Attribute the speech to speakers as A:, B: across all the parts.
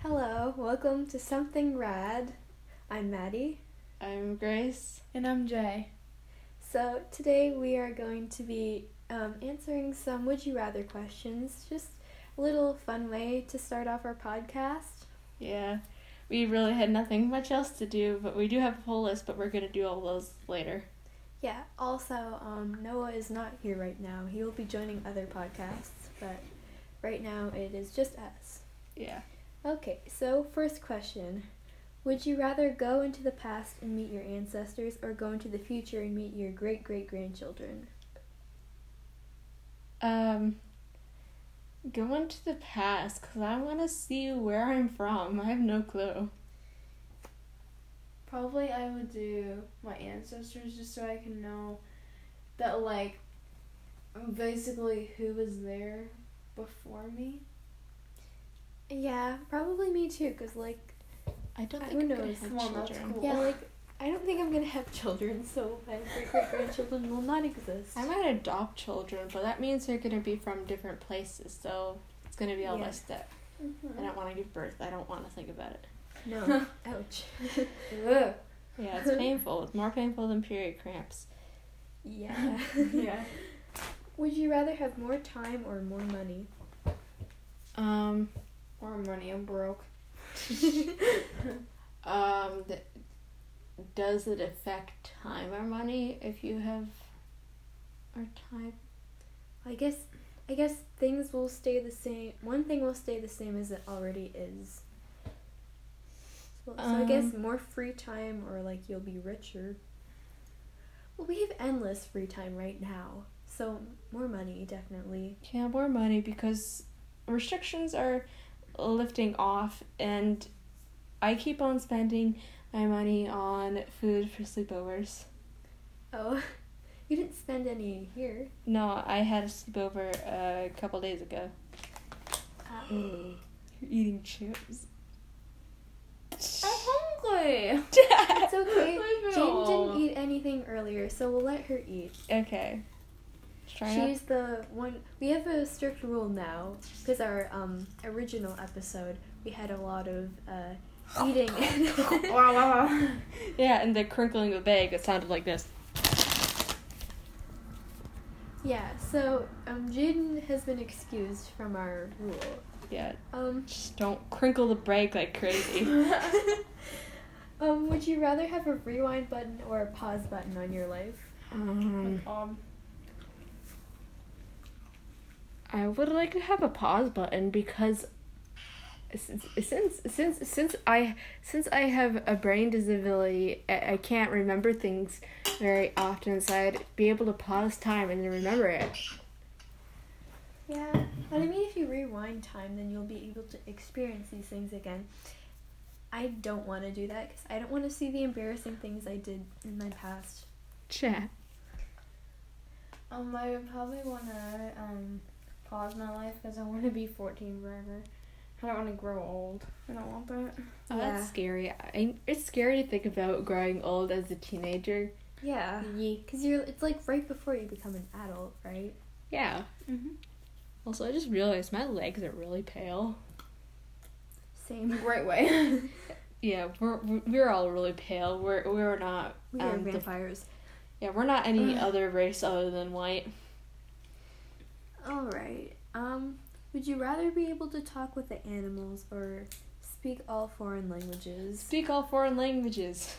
A: Hello, welcome to Something Rad. I'm Maddie.
B: I'm Grace.
C: And I'm Jay.
A: So, today we are going to be um, answering some would you rather questions. Just a little fun way to start off our podcast.
B: Yeah, we really had nothing much else to do, but we do have a whole list, but we're going to do all those later.
A: Yeah, also, um, Noah is not here right now. He will be joining other podcasts, but right now it is just us.
B: Yeah.
A: Okay, so first question. Would you rather go into the past and meet your ancestors or go into the future and meet your great great grandchildren?
B: Um, go into the past because I want to see where I'm from. I have no clue.
C: Probably I would do my ancestors just so I can know that, like, basically who was there before me.
A: Yeah, probably me too, because, like,
B: I don't
A: I
B: think I'm
A: don't
B: going
A: know.
B: to have
C: Well, that's
B: children.
C: cool.
A: yeah, like, I don't think I'm gonna have children, so my great great grandchildren will not exist.
B: I might adopt children, but that means they're going to be from different places, so it's going to be all
A: Yeah.
B: messed up.
C: Mm-hmm.
B: I don't want to give birth. I don't want to think about it.
A: No. Ouch.
C: Ugh.
B: Yeah, it's painful. It's more painful than period cramps.
A: Yeah.
C: yeah.
A: Would you rather have more time or more money?
B: Um,
C: Or money, I'm broke.
B: Um, th- does it affect time or money if you have or time?
A: I guess I guess things will stay the same. One thing will stay the same as it already is. So, so I guess
B: Um.
A: more free time or like you'll be richer. Well, we have endless free time right now. So more money definitely.
B: Yeah, more money because restrictions are lifting off, and I keep on spending my money on food for sleepovers.
A: Oh, you didn't spend any here.
B: No, I had a sleepover uh, a couple days ago. You're eating chips. Uh-huh.
C: hungry.
A: It's okay.
C: Leave it
A: Jane didn't
C: alone.
A: eat anything earlier, so we'll let her eat.
B: Okay. Try not
A: She's the one. We have a strict rule now because our um, original episode we had a lot of uh, eating.
C: Wow, wow, wow.
B: Yeah, and the crinkling of the bag, it sounded like this.
A: yeah, so um, Jaden has been excused from our rule.
B: Yeah,
A: Um,
B: just don't crinkle the bag like crazy.
A: um, would you rather have a rewind button or a pause button on your life?
B: um,
C: um,
B: I would like to have a pause button because since since since, since I since I have a brain disability, I, I can't remember things very often, so I'd be able to pause time and then remember it.
A: Yeah, but I mean, if you rewind time, then you'll be able to experience these things again. I don't want to do that because I don't want to see the embarrassing things I did in my past.
B: Chat.
C: um, I would probably want to, um, pause my life because I want to be 14 forever. I don't want to grow old. I don't want that.
B: Oh,
A: Yeah.
B: That's scary. I, it's scary to think about growing old as a teenager.
A: Yeah. Because you're, it's like right before you become an adult, right?
B: Yeah.
C: Mm-hmm.
B: Also, I just realized my legs are really pale.
A: Same.
C: Great way.
B: Yeah, we're we're all really pale. We're we're not.
A: We are
B: um, the-
A: vampires.
B: yeah, we're not any other race other than white.
A: All right. Um, would you rather be able to talk with the animals or speak all foreign languages?
B: Speak all foreign languages.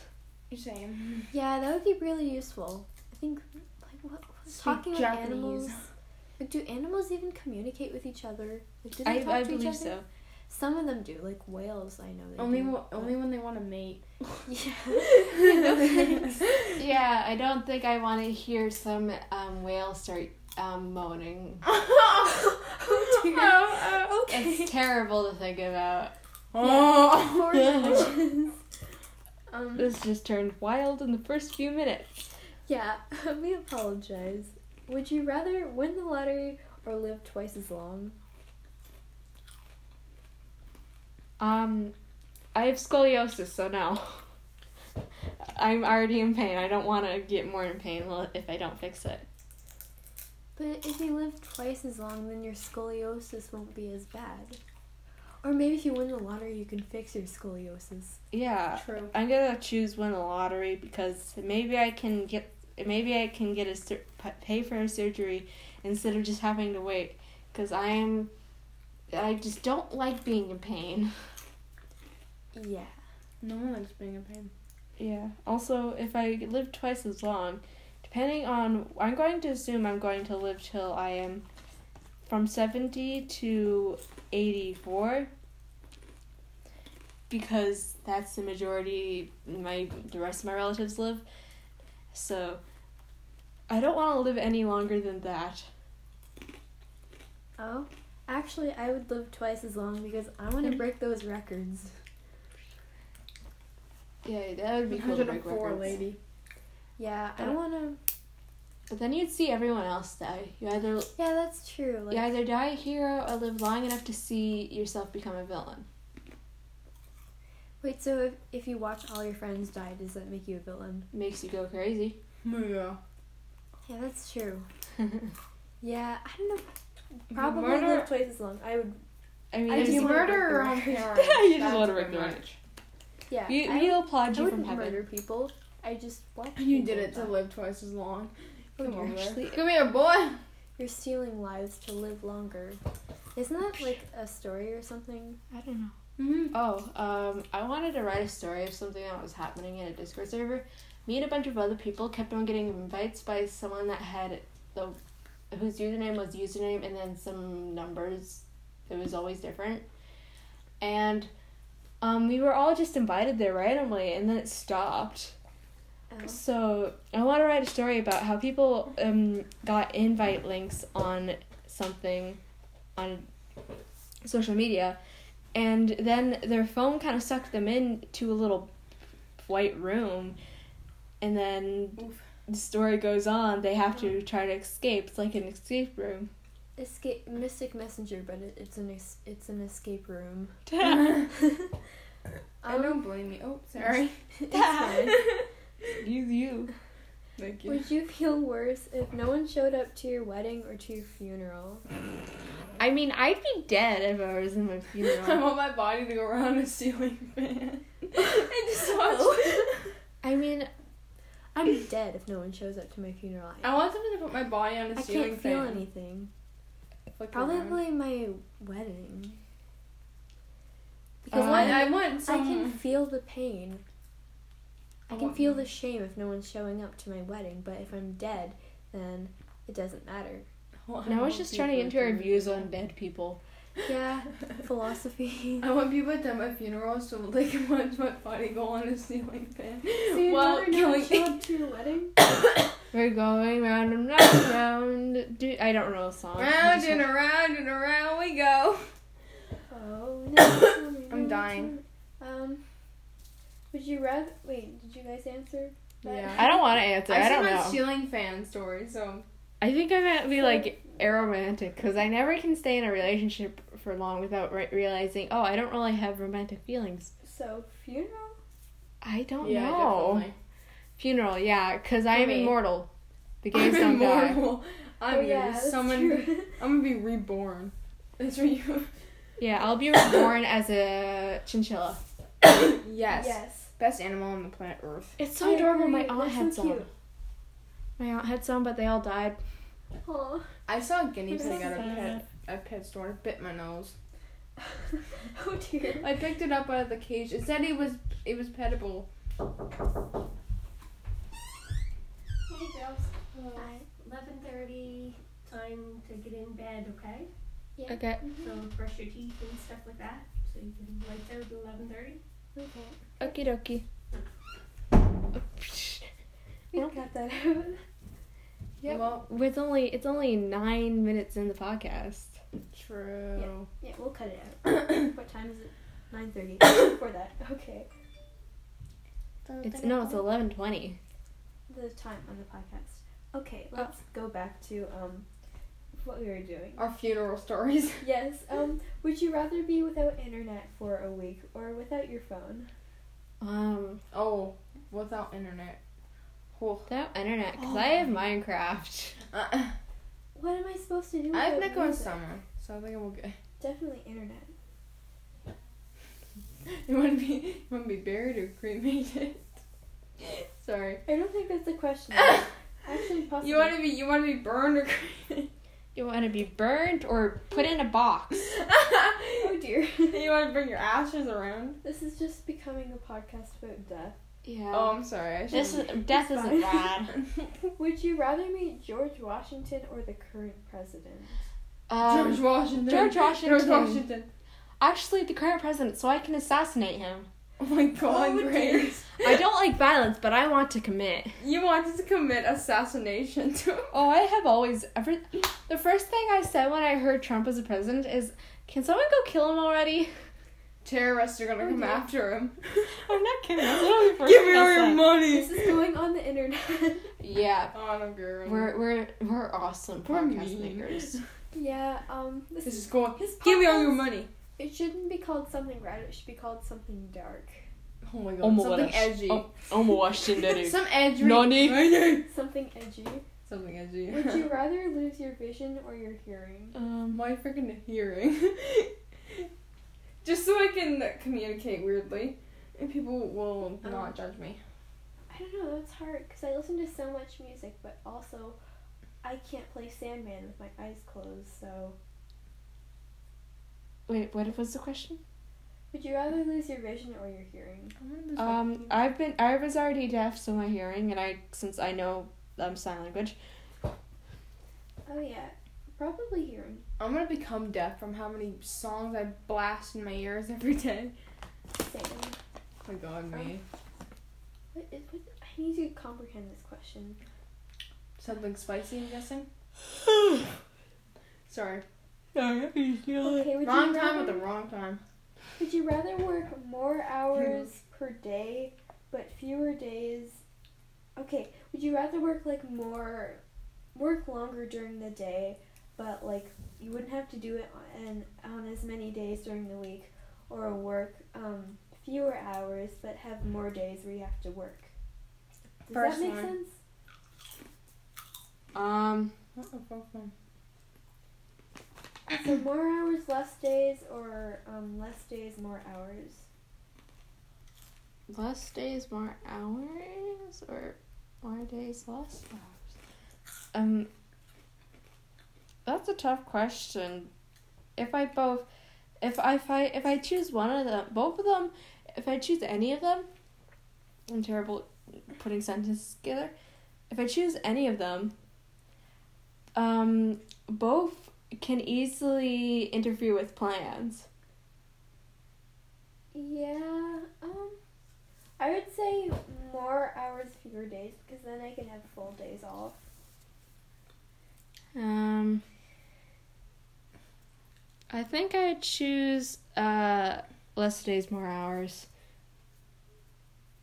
C: You're saying.
A: Yeah, that would be really useful. I think like what, what
C: Speak
A: talking with
C: Japanese.
A: animals. Like, do animals even communicate with each other? Like, do they
B: I
A: talk
B: I
A: to
B: believe
A: each other?
B: so.
A: Some of them do, like whales. I know. They
C: Only
A: do,
C: w-
A: but-
C: only when they want to mate.
A: Yeah.
B: Yeah, I don't think I want to hear some um, whale start um, moaning.
C: oh,
A: dear.
B: It's terrible to think about.
A: Foreign languages. Um,
B: Oh. This just turned wild in the first few minutes.
A: Yeah, we apologize. Would you rather win the lottery or live twice as long?
B: Um, I have scoliosis, so no. I'm already in pain. I don't want to get more in pain li- if I don't fix it.
A: But if you live twice as long, then your scoliosis won't be as bad. Or maybe if you win the lottery, you can fix your scoliosis.
B: Yeah.
C: True.
B: I'm gonna choose win the lottery because maybe I can get maybe I can get a sur- pa- pay for a surgery instead of just having to wait because I'm I just don't like being in pain.
A: Yeah.
C: No one likes being in pain.
B: Yeah. Also, if I live twice as long, depending on I'm going to assume I'm going to live till I am from 70 to 84 because that's the majority my the rest of my relatives live. So I don't want to live any longer than that.
A: Oh, actually, I would live twice as long because I want to break those records.
B: Yeah, that would be cool to break
C: 104
B: records.
C: lady.
A: Yeah, I
B: But-
A: want to.
B: But then you'd see everyone else die. You either
A: Yeah, that's true. Like,
B: you either die a hero or live long enough to see yourself become a villain.
A: Wait, so if, if you watch all your friends die, does that make you a villain?
B: makes you go crazy.
C: Yeah.
A: Yeah, that's true. yeah, I don't know. Probably
C: murder-
A: live twice as long. I would.
B: I mean,
A: I
B: there's-
A: do
C: you
A: wanna
C: murder
A: break the
C: your own
A: record.
C: parents.
B: You just
C: that's
B: wanna
C: too
B: break the
C: much.
B: record.
A: Yeah.
B: we,
A: I,
B: we'll applaud
A: I
B: you from
A: wouldn't
B: heaven.
A: murder people. I just watch.
C: You
A: people
C: did it to
A: die.
C: live twice as long.
A: You're
C: Come over.
B: Oh, actually-
C: Come here, boy.
A: You're stealing lives to live longer. Isn't that like a story or something?
B: I don't know.
C: Mm-hmm.
B: Oh, um, I wanted to write a story of something that was happening in a Discord server. Me and a bunch of other people kept on getting invites by someone that had the whose username was username and then some numbers. It was always different, and um, we were all just invited there randomly, and then it stopped.
A: Oh.
B: So I want to write a story about how people um got invite links on something on social media, and then their phone kind of sucked them in to a little white room, and then
C: Oof.
B: the story goes on. They have to try to escape. It's like an escape room.
A: Escape Mystic Messenger, but it, it's an es- it's an escape room. Um,
C: I don't blame you. Oh, sorry.
A: It's fine.
B: you you.
C: Thank
A: Would you feel worse if no one showed up to your wedding or to your funeral?
B: I mean, I'd be dead if I was in my
C: I
B: funeral.
C: want my body to go around a ceiling fan. I just watch.
B: I mean,
A: I'm dead if no one shows up to my funeral.
C: I want someone to put my body on a
A: I
C: ceiling
A: can't
C: fan.
A: feel anything.
C: Flick around.
A: Probably my wedding.
B: Uh,
A: Because
C: I,
A: I,
C: want, Uh, Um, I want
A: I
C: some.
A: can feel the pain.
C: I
A: I can
C: want
A: feel
C: you-
A: the shame if no one's showing up to my wedding, but if I'm dead, then it doesn't matter.
C: Oh,
B: now it's just turning into reviews on dead people.
A: Yeah, philosophy.
C: I want people at my funeral so they can watch my body go on a ceiling fan. Well,
A: well,
C: can we-
A: up to your wedding?
B: We're going round and round, round. Do I don't know a song.
C: Round and around and around we go.
A: Oh no!
C: I'm dying.
A: Um, would you rather? Wait, did you guys answer?
C: Yeah.
B: I don't want to answer. I,
C: I've
B: don't
C: seen
B: know.
C: my ceiling fan story, so
B: I think I might be
A: So-
B: like aromantic because I never can stay in a relationship for long without re- realizing, oh, I don't really have romantic feelings.
A: So funeral.
B: I don't
C: yeah,
B: know.
C: definitely.
B: Funeral, yeah, because I
C: For
B: am
C: me.
B: immortal. The
C: I'm
B: gays don't die.
C: immortal. I'm
A: oh
C: gonna
A: yeah,
C: be
A: that's
C: someone.
A: true.
C: I'm gonna be reborn. That's what you.
B: Yeah, I'll be reborn as a chinchilla.
C: yes.
A: yes.
C: Best animal on the planet Earth.
B: It's
A: I
B: so adorable. My
A: agree.
B: aunt
A: That's
B: had
A: so
B: some.
A: cute.
B: My aunt had some, but they all died.
A: Aw.
C: I saw a guinea
A: That's
C: pig
A: so
C: at a pet
B: sad.
C: a pet store. It bit my nose.
A: Oh dear.
C: I picked it up out of the cage. It said it was it was petable.
D: Hey girls, Uh, eleven thirty, time to get in bed, okay?
A: Yeah.
B: Okay.
A: mhm.
D: So brush your teeth and stuff like that, so you can lights out at eleven thirty.
A: Okay.
B: Okie dokie.
A: We
B: Well-
A: got that out.
B: Yep.
C: Well,
B: With only it's only nine minutes in the podcast.
C: true.
A: Yeah, we'll cut it out. what time is it? Nine thirty. Before that. Okay.
B: It's no, it's eleven twenty.
A: The time on the podcast. Okay, let's go back to um what we were doing.
C: Our funeral stories.
A: Yes. Um, would you rather be without internet for a week or without your phone?
B: Um,
C: Oh, without internet. Oh.
B: without internet, cause I have Minecraft.
C: Uh,
A: What am I supposed to do?
C: I have
A: without
C: Nico and
A: music?
C: Summer, so I think I'm okay.
A: Definitely internet.
C: You want to be you want to be buried or cremated? Sorry.
D: I don't think that's the question. Actually, possibly.
C: You want to be you want to be burned or cremated?
B: You want to be burned or put in a box?
D: Oh dear.
C: you want to bring your ashes around?
D: this is just becoming a podcast about death.
B: Yeah.
C: Oh, I'm sorry. I
B: this
C: shouldn't-
B: is, death
D: It's
B: isn't
D: fine.
B: bad.
D: Would you rather meet George Washington or the current president?
B: Um,
C: George Washington.
B: George Washington.
C: George Washington.
B: Actually, the current president, so I can assassinate him.
C: Oh my God,
D: Oh, dear.
C: Grace.
B: I don't like violence, but I want to commit.
C: You wanted to commit assassination to.
B: Oh, I have always ever. The first thing I said when I heard Trump was a president is, "Can someone go kill him already?"
C: Terrorists are gonna
B: Oh,
C: come
B: dear.
C: after him.
B: I'm not kidding. That's literally the first
C: Give
B: thing
C: me
B: I
C: all your
B: said.
D: This
C: money.
D: is going on the internet.
B: Yeah,
C: Oh, no, girl.
B: we're we're we're awesome
C: We're
B: podcast
C: mean.
B: makers.
D: yeah, um, this,
C: this
D: is.
C: is going.
D: This
C: Give me all
D: podcast-
C: your money.
D: It shouldn't be called something red, it should be called something dark.
C: Oh my God.
B: Oh my
C: Something
B: gosh.
C: edgy.
B: Oh. I'm watching
C: Some edgy.
B: Nani?
C: Nani.
D: Something edgy.
C: Something edgy.
D: Would you rather lose your vision or your hearing?
B: Um,
C: My freaking hearing. Just so I can communicate weirdly, and people will
D: Um.
C: not judge me.
D: I don't know, that's hard because I listen to so much music, but also I can't play Sandman with my eyes closed, so.
B: wait, what was the question?
D: Would you rather lose your vision or your hearing? Oh.
B: Um, I've been I was already deaf, so my hearing, and I since I know um sign language.
D: Oh, yeah, probably hearing.
C: I'm gonna become deaf from how many songs I blast in my ears every day.
D: Same.
C: Oh my god, me.
D: What is, what, I need to comprehend this question.
C: Something spicy, I'm guessing? Sorry.
D: Okay, would
C: wrong time
D: you rather,
C: at the wrong time.
D: Would you rather work more hours per day but fewer days? Okay, would you rather work like more, work longer during the day, but like you wouldn't have to do it on on as many days during the week, or work um, fewer hours but have more days where you have to work? Does
C: First
D: that make
C: one.
D: sense?
B: Um,
C: What the fuck, man?
D: So more hours, less days, or um, less days, more hours?
B: less days, more hours, or more days, less hours. Um, that's a tough question. If I both, if I if I, if I choose one of them, both of them, if I choose any of them, I'm terrible at putting sentences together. If I choose any of them, um, both can easily interfere with plans.
D: Yeah, um, I would say more hours, fewer days, because then I could have full days off.
B: Um, I think I would choose uh less days, more hours,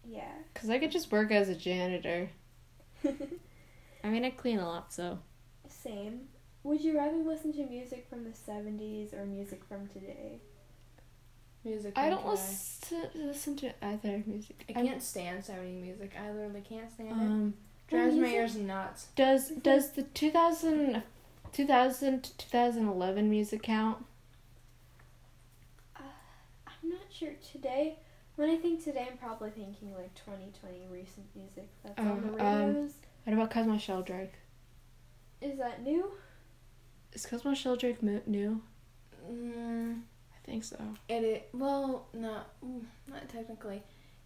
D: Yeah.
B: cause I could just work as a janitor. I mean, I clean a lot, so
D: Same. Would you rather listen to music from the 70s or music from today?
C: Music.
B: I don't
C: okay.
B: listen listen to either music.
C: I can't stand 70 music. I literally can't stand it.
B: Um,
C: Drives my
D: Uh, music?
C: ears nuts.
B: does does the 2000, 2000 to 2011 music count?
D: I'm not sure. Today, when I think today, I'm probably thinking like 2020 recent music that's on the
B: Oh, um,
D: radios.
B: What about Cosmo Sheldrake?
D: Is that new?
B: Is Cosmo Sheldrake mo- new?
C: Mm,
B: I think so.
C: and it well not mm, not technically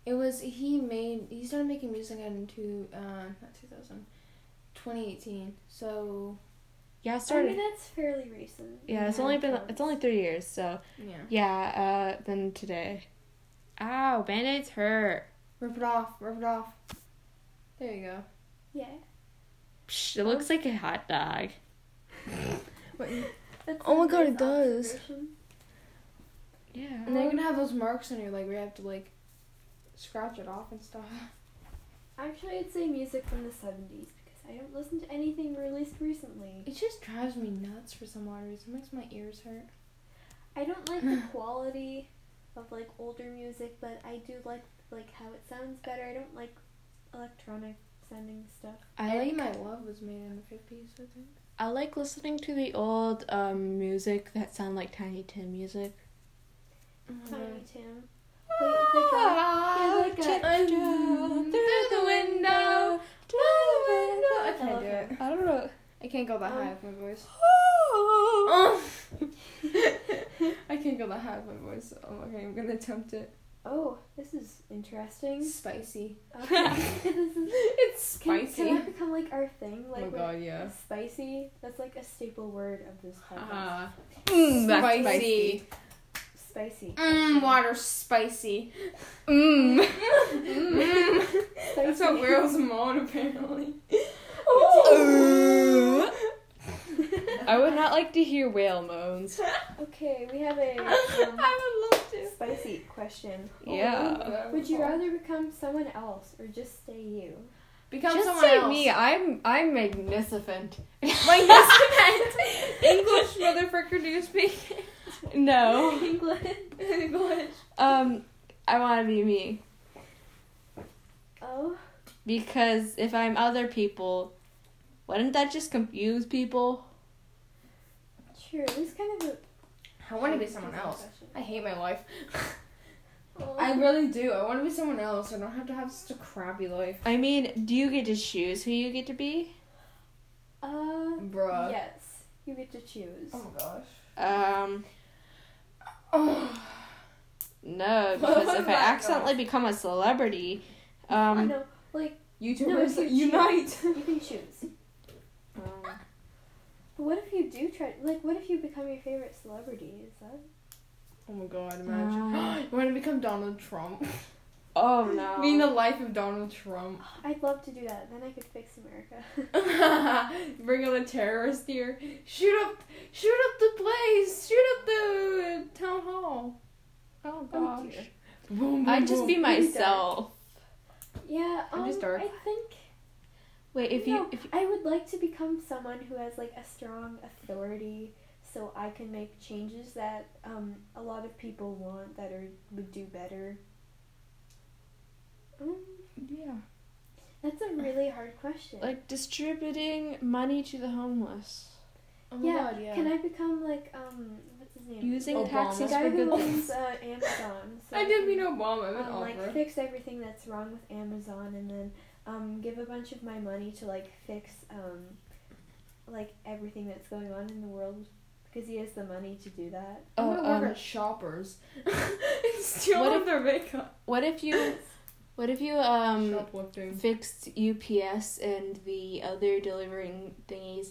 C: it was he made he started making music in two uh not 2000 2018 so
B: Yeah, I
D: I mean,
B: started.
D: that's fairly recent.
B: Yeah, it's
C: Yeah,
B: only
C: it
B: been
D: counts.
B: it's only three years, so.
C: yeah
B: Yeah, uh, then today. Ow, band aids hurt.
C: rip it off rip it off there you go
D: Yeah.
B: Psh, it looks like a hot dog.
D: That's
B: Oh my
D: a
B: God,
D: nice
B: it does.
D: observation.
B: Yeah.
C: and then you're gonna have those marks on your leg where you have to like scratch it off and stuff
D: Actually, I'd say music from the 70s because I don't listen to anything released recently.
C: it just drives me nuts for some odd reason it makes my ears hurt
D: I don't like the quality of like older music, but I do like like how it sounds better. I don't like electronic sounding stuff.
B: I
C: Eddie,
B: like
C: my love was made in the 50s i think
B: I like listening to the old um music that sound like Tiny Tim music.
D: Tiny Tim.
C: Oh,
D: Wait,
B: Ah!
C: I can't go that high
D: Um.
C: with my voice.
D: Oh.
C: Oh. I can't go that high with my voice. Oh, okay, I'm gonna attempt it.
D: Oh, this is interesting.
C: Spicy.
D: Okay. This is-
C: It's
D: can,
C: spicy.
D: can that become like our thing? Like
C: oh my
D: we're-
C: god, yeah.
D: spicy. That's like a staple word of this podcast.
C: Uh,
B: Mm, that's
C: spicy.
D: Spicy.
C: Mmm, water spicy.
B: Mm.
C: Mmm. That's what
D: Spicy.
C: girls moan apparently.
B: Ooh. I would not like to hear whale moans.
D: Okay, we have a um,
C: I would love to.
D: spicy question.
C: Oh.
B: Yeah.
D: Would you rather become someone else or just stay you?
C: become
B: Just
C: someone
B: say
C: else?
B: me. I'm I'm magnificent.
C: Magnificent. English motherfucker, do you speak
B: No.
D: England.
C: English?
B: Um, I want to be me
D: Oh,
B: because if I'm other people, wouldn't that just confuse people?
D: true. This is kind of a.
C: I want to be someone else. I hate my life. I
D: I
C: really do. I want to be someone else. I don't have to have such a crappy life,
B: I mean, do you get to choose who you get to be?
D: uh
C: bruh.
D: yes, you get to choose.
C: Oh my gosh.
B: Um,
C: Oh.
B: no, because if
C: my
B: I accidentally become a celebrity,
D: I
B: um,
D: know. Like
C: YouTubers
D: you
C: unite.
D: you can choose.
B: um,
D: But what if you do try? Like, what if you become your favorite celebrity? Is that?
C: Oh my god, imagine.
B: No.
C: you want to become Donald Trump?
B: oh no.
C: Being the life of Donald Trump.
D: I'd love to do that. Then I could fix America.
C: Bring on the terrorists here. Shoot up, shoot up the place. Shoot up the town hall.
B: oh
D: Oh,
B: gosh.
D: dear.
C: Boom, boom,
B: I'd just be
C: boom.
B: myself.
D: yeah. Um,
C: I'm just dark.
D: I think.
B: Wait, if
D: No,
B: you if you,
D: I would like to become someone who has like a strong authority, so I can make changes that um a lot of people want that are would do better. Um,
B: yeah,
D: that's a really hard question.
B: like distributing money to the homeless,
C: Oh my
D: yeah,
C: god, yeah.
D: Can I become like um what's his name?
B: using
C: Obama.
D: the
B: taxes
D: guy
B: for good
D: who owns
B: things.
D: uh, Amazon. So
C: I didn't mean
D: can,
C: Obama. I meant
D: um, like
C: Oprah.
D: fix everything that's wrong with Amazon, and then um give a bunch of my money to like fix um like everything that's going on in the world because he has the money to do that.
C: I'm
B: Oh,
C: gonna
B: um,
C: work at Shoppers and steal
B: What
C: all
B: if-
C: their makeup.
B: What if you, what if you um
C: Shoplifting.
B: fixed UPS and the other delivering thingies,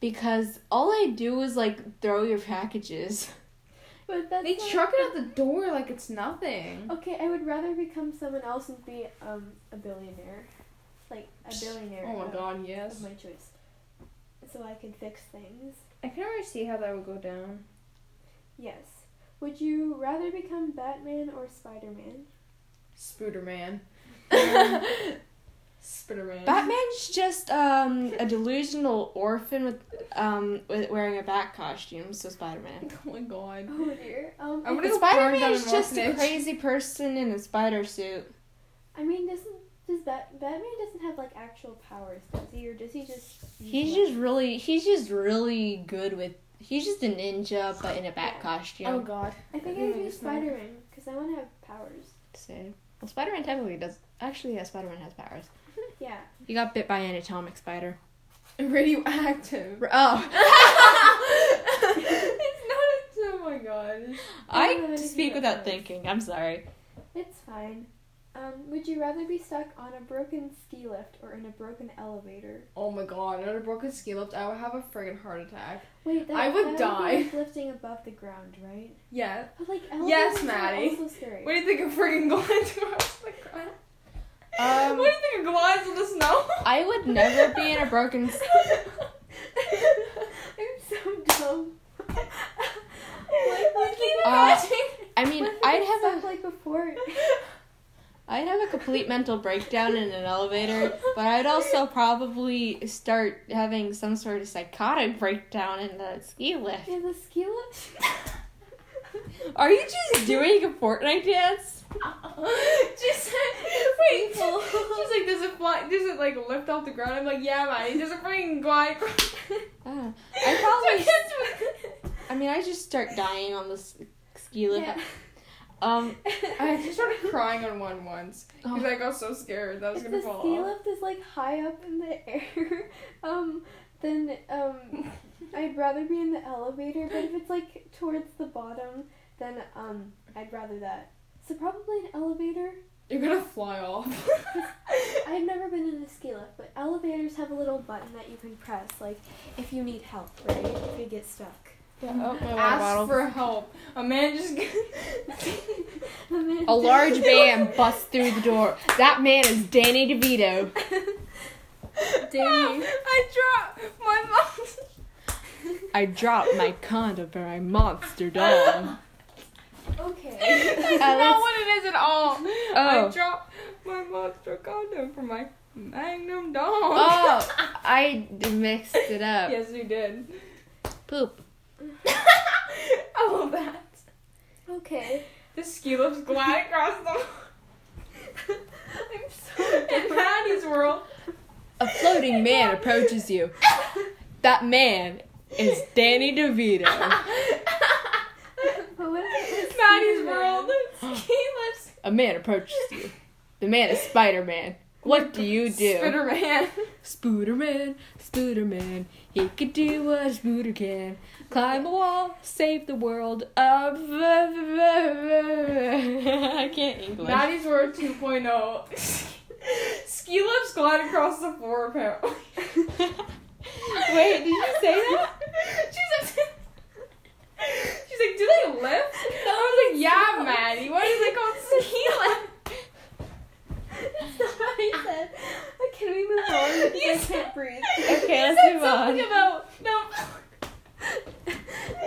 B: because all I do is like throw your packages.
D: But that's
C: They
D: not-
C: chuck it at the door like it's nothing.
D: Okay, I would rather become someone else and be um a billionaire, like a billionaire.
C: Oh my
D: of-
C: god, yes.
D: Of my choice, so I could fix things.
C: I can already see how that would go down.
D: Yes. Would you rather become Batman or Spider Man?
C: Spooderman. Spooderman.
B: Batman's just um a delusional orphan with um with wearing a bat costume, so Spider Man.
C: Oh my god.
D: Oh dear. Um,
C: I would've-
D: it's-
B: Spider
C: burned down
B: Man is
C: an
B: just a
C: orphanage.
B: crazy person in a spider suit.
D: I mean, doesn't does Bat- Batman doesn't have like actual powers, does he? Or does he just? use
B: He's
D: them?
B: just really he's just really good with he's just a ninja but in a bat
D: Yeah.
B: costume.
C: Oh god.
D: I think I
C: Mm,
D: would be
C: it's not-
D: Spider Man because I want to have powers.
B: So well Spider Man technically does actually yeah, Spider Man has powers.
D: Yeah.
B: He got bit by an atomic spider.
C: Radioactive.
B: Oh
C: it's not. A, oh my god.
D: don't know how
B: I
D: to do
B: speak
D: that
B: without
D: voice.
B: thinking, I'm sorry.
D: It's fine. Um, would you rather be stuck on a broken ski lift or in a broken elevator?
C: Oh my god. On a broken ski lift, I would have a friggin' heart attack.
D: Wait, that,
C: I would
D: that be
C: die.
D: like lifting above the ground, right?
C: Yeah.
D: But like elevators
C: Yes,
D: are
C: Maddie.
D: also scary.
C: What do you think of friggin' going towards the ground?
B: Um,
C: what do you think of glides in the snow?
B: I would never be in a broken s-
D: I'm so dumb. like,
C: Like,
D: like,
B: Uh, I mean
D: what if
B: I'd
D: it's
B: have a
D: stuck, like before.
B: I'd have a complete mental breakdown in an elevator, but I'd also probably start having some sort of psychotic breakdown in the ski lift.
D: Yeah, the ski lift.
B: Are you just doing a Fortnite dance?
C: Just wait. She's like, does it fly? Does it like lift off the ground? I'm like, yeah, man. Does it freaking glide?
B: Ah. I probably.
C: probably.
B: I mean, I just start dying on this ski lift.
D: yeah.
B: Um,
C: I just started crying on one once because I got so scared that I was
D: If
C: gonna
D: the
C: fall.
D: ski
C: off.
D: lift is like high up in the air, um, then um, I'd rather be in the elevator. But if it's like towards the bottom, then um, I'd rather that. So probably an elevator.
C: You're gonna fly off.
D: I've never been in a ski lift, but elevators have a little button that you can press, like if you need help, right? If you get stuck.
B: Oh, my water
C: Ask
B: bottle.
C: for help. A man just.
B: A large man busts through the door. That man is Danny DeVito.
D: Danny.
C: I dropped my mouth.
B: I dropped my condom for my monster dog.
D: Okay.
C: That's
B: Uh,
C: not
B: let's-
C: what it is at all. I
B: Oh.
C: dropped my monster condom for my magnum dog.
B: Oh, I mixed it up.
C: Yes, you did.
B: Poop.
C: I love that.
D: Okay.
C: The ski lift's glide across the. I'm so. In Maddie's world,
B: A floating man approaches you. That man is Danny DeVito.
D: But what if it was
C: Maddie's
D: Spider-Man?
C: world, ski lifts.
B: A man approaches you. The man is Spider Man. What do you do?
C: Spider-Man.
B: Spooder Man, Spooder Man. He can do what a spooder can. Climb a wall, save the world. Uh, I can't English.
C: Maddie's world oh. 2.0. ski lifts glide across the floor, apparently.
B: Wait, did you say that?
C: She's like, she's like, do they lift? I was like, yeah, Maddie. Why is it called ski lift?
D: Somebody said, "Can we move on?" Because
C: You
D: I
C: said-
D: can't breathe.
B: Okay,
C: You
B: let's
C: said
B: move
C: something
B: on.
C: about no. No, and I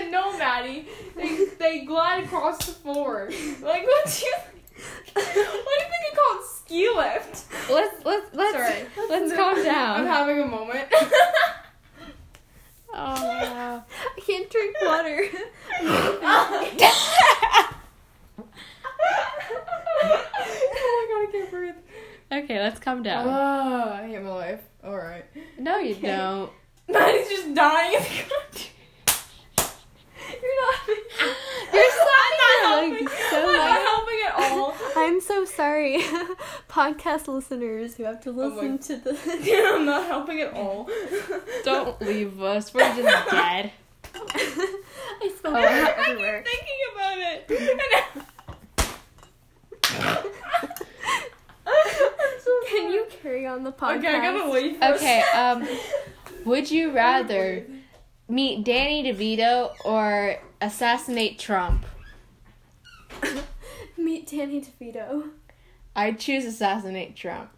C: said no, Maddie. They, they glide across the floor. Like, what do you? What do you think it called ski lift?
B: Let's let's let's
C: Sorry.
B: let's calm
C: I'm
B: down.
C: having a moment.
B: oh wow.
D: I can't drink water.
C: oh my god, I can't breathe.
B: okay, let's calm down.
C: Oh, I hate my life. All right.
B: no, you don't.
C: Maddie's just dying. in the car.
D: You're not.
B: You're
C: I'm not
B: sucking
C: helping.
B: your leg so
C: I'm not
B: much.
C: helping at all.
D: I'm so sorry, podcast listeners who have to
C: Oh my-
D: listen to the.
C: I'm not helping at all.
B: Don't leave us. We're just dead.
D: I spelled
B: Oh,
D: it
B: I
D: out
C: I keep
D: everywhere.
C: thinking about it. And I'm so
D: Can you carry on the podcast?
C: Okay, I gotta leave. for a
B: Okay,
C: sec.
B: um would you rather meet Danny DeVito or assassinate Trump?
D: Meet Danny DeVito.
B: I choose assassinate Trump.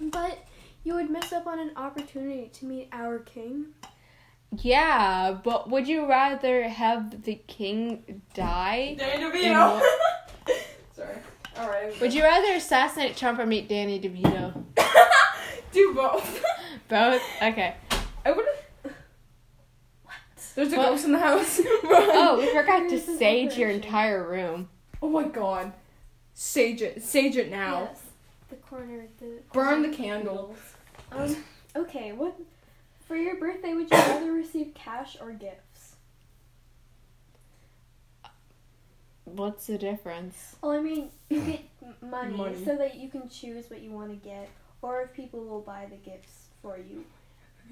D: But you would miss up on an opportunity to meet our king.
B: Yeah, but would you rather have the king die?
C: Danny
B: You
C: DeVito.
B: know-
C: Sorry. All right.
B: Would you rather assassinate Trump or meet Danny DeVito?
C: do both?
B: Both? Okay.
C: I would. What? There's a
B: What?
C: ghost in the house.
B: Oh,
C: oh.
B: we forgot to sage your entire room.
C: Oh my god. Sage it. Sage it now.
D: Yes. The corner. The
C: Burn
D: corner
C: the candle.
D: Um. Okay. What? For your birthday, would you rather receive cash or gifts?
B: What's the difference?
D: Well, I mean, you get m- money,
C: Money.
D: so that you can choose what you want to get, or if people will buy the gifts for you.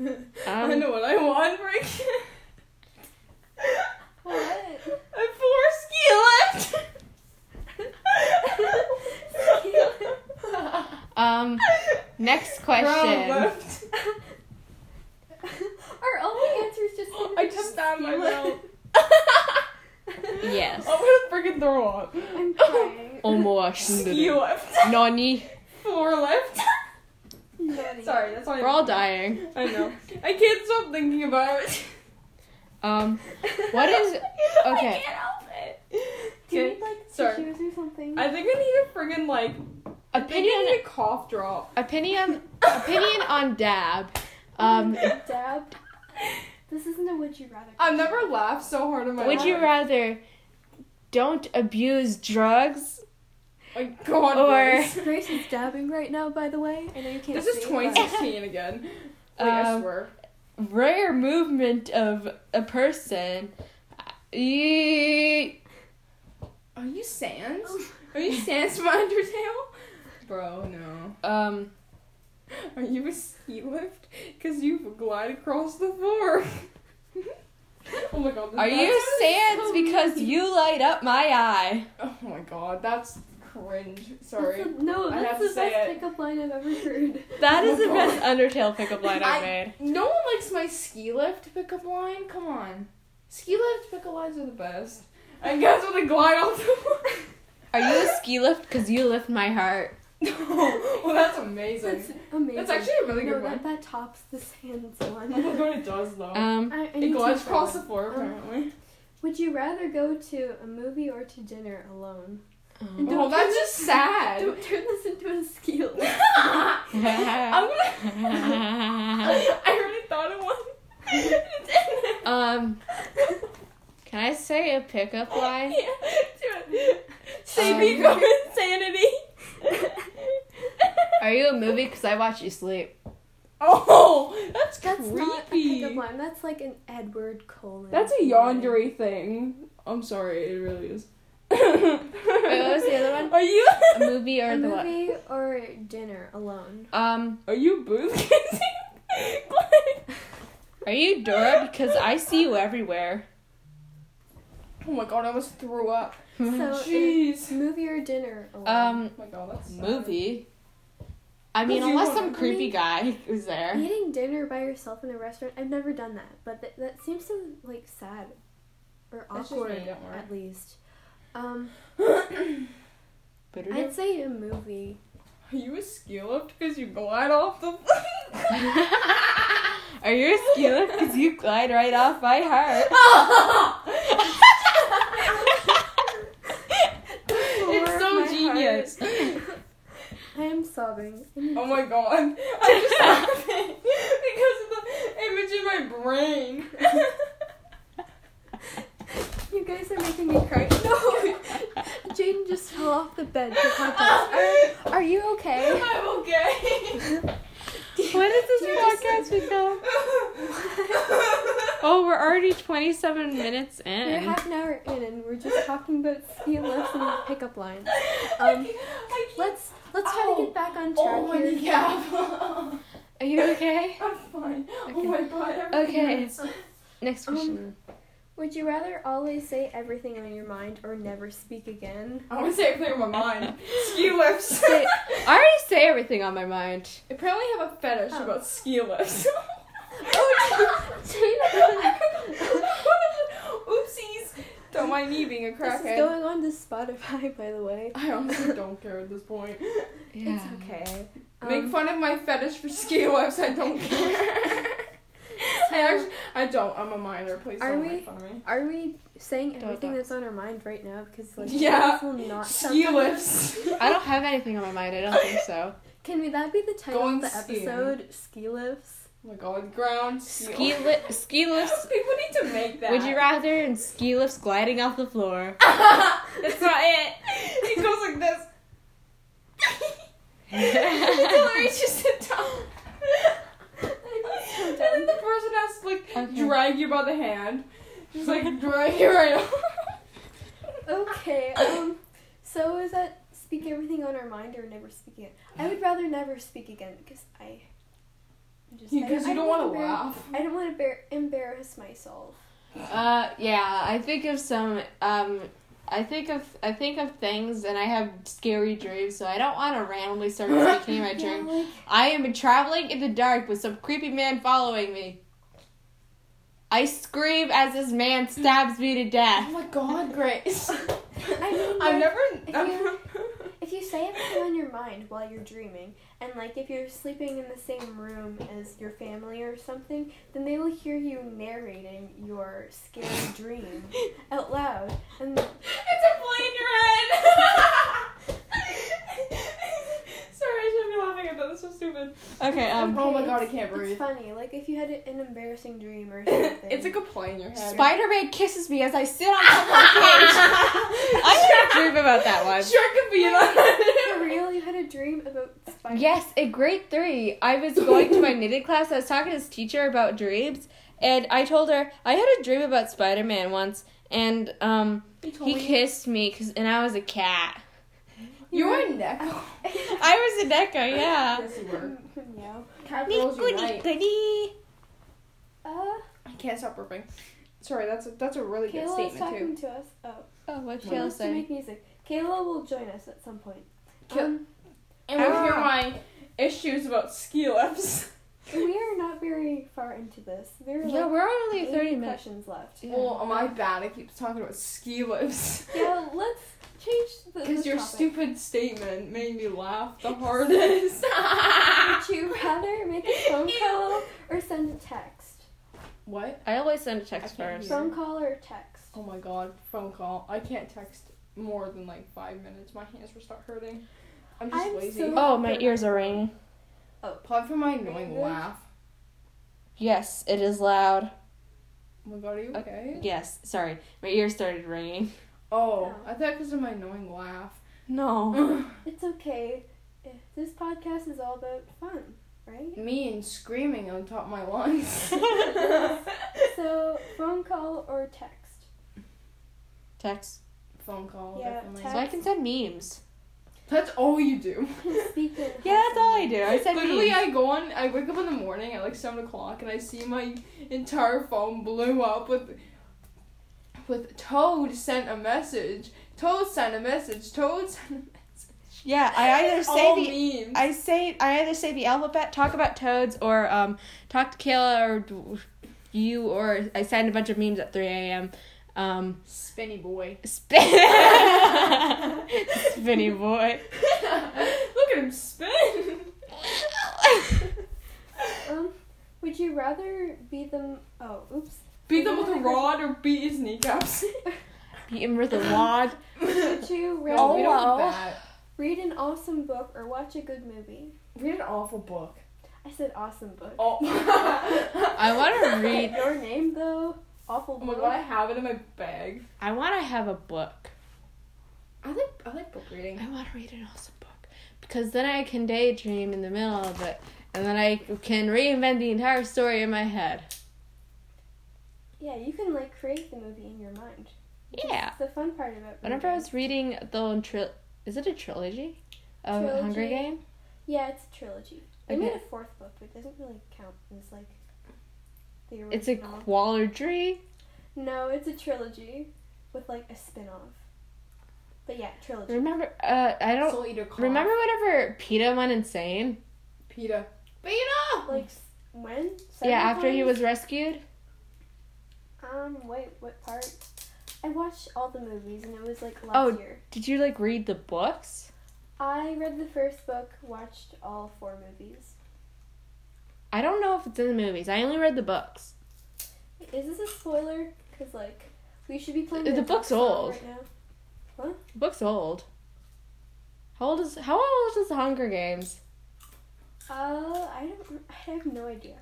B: Um,
C: I know what I want, Rick.
D: What?
C: A four ski lift.
B: Um, next question.
C: Round left.
D: Our only answer is just. gonna
C: I
D: become
C: just stabbed my
D: ski
C: mouth.
D: lift.
B: Yes.
C: I'm gonna freaking throw up.
D: I'm
C: Oh.
D: crying.
B: Oh,
C: Ski
B: Omosh.
C: lift.
B: Nani.
C: Four lift.
D: Nani.
C: Oh. Sorry, that's all.
B: We're all dying.
C: I know. I can't stop thinking about it.
B: Um, what is?
C: I
B: Okay.
C: can't help it.
D: Do you need like
C: Sorry.
D: tissues or something?
C: I think I need a friggin' like. I think I
B: Opinion.
C: need a cough drop.
B: Opinion. Opinion on dab. Um,
D: Dab. This isn't a would you rather.
C: I've never laughed so hard in my
B: would
C: life.
B: you rather don't abuse drugs?
C: My God.
B: or-
C: Grace.
D: Grace is dabbing right now, by the way. I know you can't.
C: This is
D: see, but-
C: 2016 again. Like, I
B: Um,
C: swear.
B: Rare movement of a person. Eee.
C: Are you Sans? Are you Sans from Undertale? Bro, no.
B: Um,
C: Are you a ski lift? Because you glide across the floor. oh my god.
B: Are you
C: that's-
B: sans because you light up my eye?
C: Oh my god, that's cringe. Sorry.
D: That's the- no,
C: I
D: that's
C: have
D: the
C: to say
D: best
C: it.
D: pickup line I've ever heard.
B: That is the
C: Oh my
B: best Undertale pickup line I've
C: I-
B: made.
C: No one likes my ski lift pickup line. Come on. Ski lift pickup lines are the best. I guess with a glide off the floor.
B: Are you a ski lift because you lift my heart?
C: No. Well, that's amazing.
D: That's
C: That's,
D: amazing.
C: actually a really
D: no,
C: good
D: that,
C: one.
D: that tops the sands
C: Oh my
D: one.
C: god, it does though.
B: Um,
D: I, I
C: it
D: need to
C: glides
D: find
C: across the
D: one.
C: floor
D: Um,
C: apparently.
D: Would you rather go to a movie or to dinner alone? And
C: Oh,
D: don't
C: that's
D: turn
C: just sad.
D: Don't turn this into a ski lift.
C: I'm gonna. I already thought of one. It's in
B: um, can I say a pickup line?
C: there. Yeah, do it. Save me
B: Um,
C: from insanity.
B: Are you a movie because I watch you sleep?
C: oh, that's,
D: That's
C: creepy.
D: not a pickup line. That's like an Edward Cullen.
C: That's a
D: line.
C: yandere thing. I'm sorry, it really is.
B: Wait, what was the other one?
C: Are you
B: A movie or
D: A
B: the what?
D: movie or dinner alone?
B: Um,
C: are you booth kissing?
B: are you Dora because I see you everywhere?
C: oh my god, I almost threw up.
D: So,
C: Jeez.
D: Movie or dinner alone?
B: Um,
C: Oh my god, that's sad.
B: movie. I mean,
C: Because you
B: unless
C: want-
B: some creepy guy was
C: Eh.
B: there.
D: Eating dinner by yourself in a restaurant, I've never done that, but th- that seems so like sad or
C: That's just
D: awkward
C: me, don't worry.
D: at least. Um,
B: But
C: Mm-hmm.
D: I'd say a movie.
C: Are you a ski lift because you glide off the
B: Are you a ski lift because you glide right off my heart?
C: Oh
D: floor
C: It's
D: of
C: so
D: my
C: genius.
D: I am sobbing.
C: Oh my god. I'm just laughing because of the image in my brain.
D: You guys are making me cry. No, Jaden just fell off the bed. To hug us. Are, are you okay?
C: I'm okay.
B: When is
D: You
B: this podcast become? Oh, we're already 27 minutes
D: We're
B: in.
D: half an hour in, and we're just talking about ski lifts and pickup lines. Um,
C: I can't- I can't-
D: Let's let's try to
C: Ow.
D: get back on track
C: Oh my
D: here.
C: kneecap.
B: Are you okay?
C: I'm fine. Oh
B: Okay.
C: my god. everything
B: Okay.
C: hurts.
B: Next
D: Um,
B: question.
D: Would you rather always say everything on your mind or never speak again?
C: I want to say everything in my mind. Ski lifts.
B: Say- I already say everything on my mind.
C: Apparently, I have a fetish
D: Oh.
C: about ski lifts. Oopsies! Don't mind me being a
D: This is
C: crackhead.
D: going on to Spotify, by the way.
C: I honestly don't care at this point.
B: Yeah.
D: It's okay.
C: Make
D: Um,
C: fun of my fetish for ski lifts. I don't care. I actually, I don't. I'm a minor. Please
D: Are
C: don't
D: we-
C: make fun of me.
D: Are we saying
B: Don't
D: everything
B: talk.
D: that's on our mind right now? Because like
C: Yeah.
D: this will not sound
C: Ski
D: like-
C: lifts.
B: I don't have anything on my mind. I don't think so.
D: Can we that be the title
C: Going
D: of the
C: skiing.
D: episode? Ski lifts.
C: Oh my god, ground
B: Ski li- ski lifts.
C: People need to make that.
B: Would you rather and ski lifts gliding off the floor?
C: That's not it. It goes like this. Until it
B: okay.
C: reaches the top. and then the person has to like
B: Okay.
C: drag you by the hand. Just like drag you right off.
D: Okay. Um. So is that speak everything on our mind or never speak again? I would rather never speak again because I. I'm Just, I-
C: Because
D: I
C: you don't want
D: wanna
C: to
D: bear-
C: laugh.
D: I don't want to bear- embarrass myself.
B: Uh, yeah. I think of some. Um, I think of I think of things, and I have scary dreams. So I don't want to randomly start speaking in my dream.
D: like,
B: I am traveling in the dark with some creepy man following me. I scream as this man stabs me to
C: Oh
B: death.
C: my god, Grace.
D: I mean,
C: I've
D: like,
C: never.
D: if
C: I've
D: you-
C: never-
D: If you say everything on your mind while you're dreaming, and like if you're sleeping in the same room as your family or something, then they will hear you narrating your scary dream out loud. And
C: It's a plane ride. Sorry, I shouldn't be laughing at that. That's so stupid.
B: Okay. Um.
C: oh my
D: Okay,
C: god, I can't
D: it's
C: breathe.
D: funny, like if you had an embarrassing dream or something.
C: it's like a plane in your head.
B: Spider Man kisses me as I sit on top of a cage. I had a dream about that one.
C: Sure, could be that.
D: For real, you had a dream about spider.
B: Yes, in grade three, I was going to my knitting class. I was talking to this teacher about dreams, and I told her I had a dream about Spider Man once, and um,
C: You told
B: he
C: me.
B: kissed me, cause, and I was a cat.
C: You were in Neko.
B: I was a Neko, yeah.
E: Yes, you were.
C: yeah.
B: Nico,
C: Catgirls unite.
B: Nico, Nico.
D: Uh,
C: I can't stop burping. Sorry, that's a, that's a really good
D: Kayla
C: statement
D: is
C: too.
D: talking to us. Oh,
B: Oh, what
D: she
B: Kayla
D: wants to
B: say?
D: make music. Kayla will join us at some point.
C: Kay-
D: Um,
C: And we'll hear
F: Ah.
C: my issues about ski lifts.
D: we are not very far into this. There are
B: Yeah,
D: like
B: we're only 30
D: 80
B: minutes.
D: questions left.
B: Yeah.
C: Well, am I bad? I keep talking about ski lifts.
D: Yeah, let's change the.
C: Because
D: the
C: your
D: topic.
C: stupid statement made me laugh the hardest.
D: Would you rather make a phone call or send a text?
C: what?
B: I always send a text
C: I can't
B: first.
C: hear.
D: Phone call or text?
C: Oh my god, phone call. I can't text more than like five minutes. My hands will start hurting. I'm just
D: I'm
C: lazy.
D: so-
B: Oh, my ears are ringing.
C: Apart from my annoying
D: Really?
C: laugh.
B: Yes, it is loud.
C: Oh my god, are you okay?
B: Yes, sorry. My ears started ringing.
C: Oh, I thought because of my annoying laugh.
B: No.
D: It's okay. Eh, This podcast is all about fun, right?
C: Me and screaming on top of my lungs.
D: So, phone call or text?
B: Text.
C: phone call,
D: Yeah,
C: definitely.
B: So I can send memes.
C: That's all you do.
D: Speak and have
B: Yeah, that's all I
D: fun.
B: do. I send
C: Literally,
B: memes.
C: I go on. I wake up in the morning at like seven o'clock, and I see my entire phone blew up with. With Toad sent a message. Toad sent a message. Toad sent a message.
B: yeah, I either
C: It's
B: say
C: all
B: the
C: memes.
B: I say I either say the alphabet, talk about toads, or um, talk to Kayla or d- you, or I send a bunch of memes at three a.m. Um,
C: Spinny boy.
B: spin, spinny boy.
C: Look at him spin.
D: Um, would you rather be the. Oh, oops.
C: Beat them with a rod or beat his kneecaps.
B: Beat him with a wad.
D: Would you rather
B: Oh,
C: we don't
B: well.
C: want that.
D: read an awesome book or watch a good movie?
C: Read an awful book.
D: I said awesome book.
C: Oh.
B: I want to read.
D: Your name, though? Awful
C: Oh my
D: book.
C: god, I have it in my bag.
B: I want to have a book.
C: I like I like book reading.
B: I want to read an awesome book because then I can daydream in the middle of it, and then I can reinvent the entire story in my head.
D: yeah, you can, like, create the movie in your mind.
B: Yeah.
D: That's the fun part about
B: Whenever I was reading the tri- is it a trilogy of Hunger
D: Trilogy.
B: Game?
D: Yeah, it's a trilogy. They
B: Okay.
D: made a fourth book, but it doesn't really count as like the original.
B: It's a quadrilogy.
D: no, it's a trilogy with like a spin-off. But yeah, trilogy.
B: Remember, uh, I don't
C: Soul Eater Call.
B: remember whenever Peta went insane.
C: PETA. Oh
D: Like s- when?
B: yeah,
D: Seven
B: after he
D: times?
B: was rescued.
D: Um, wait, what part? I watched all the movies, and it was like last
B: Oh.
D: year.
B: Did you like read the books?
D: I read the first book, watched all four movies.
B: I don't know if it's in the movies. I only read the books.
D: Is this a spoiler? Cause like we should be playing
B: The
D: the
B: book's
D: song
B: old.
D: right now.
B: The book's old. How old is How old is the Hunger Games?
D: Uh, I don't. I have no idea.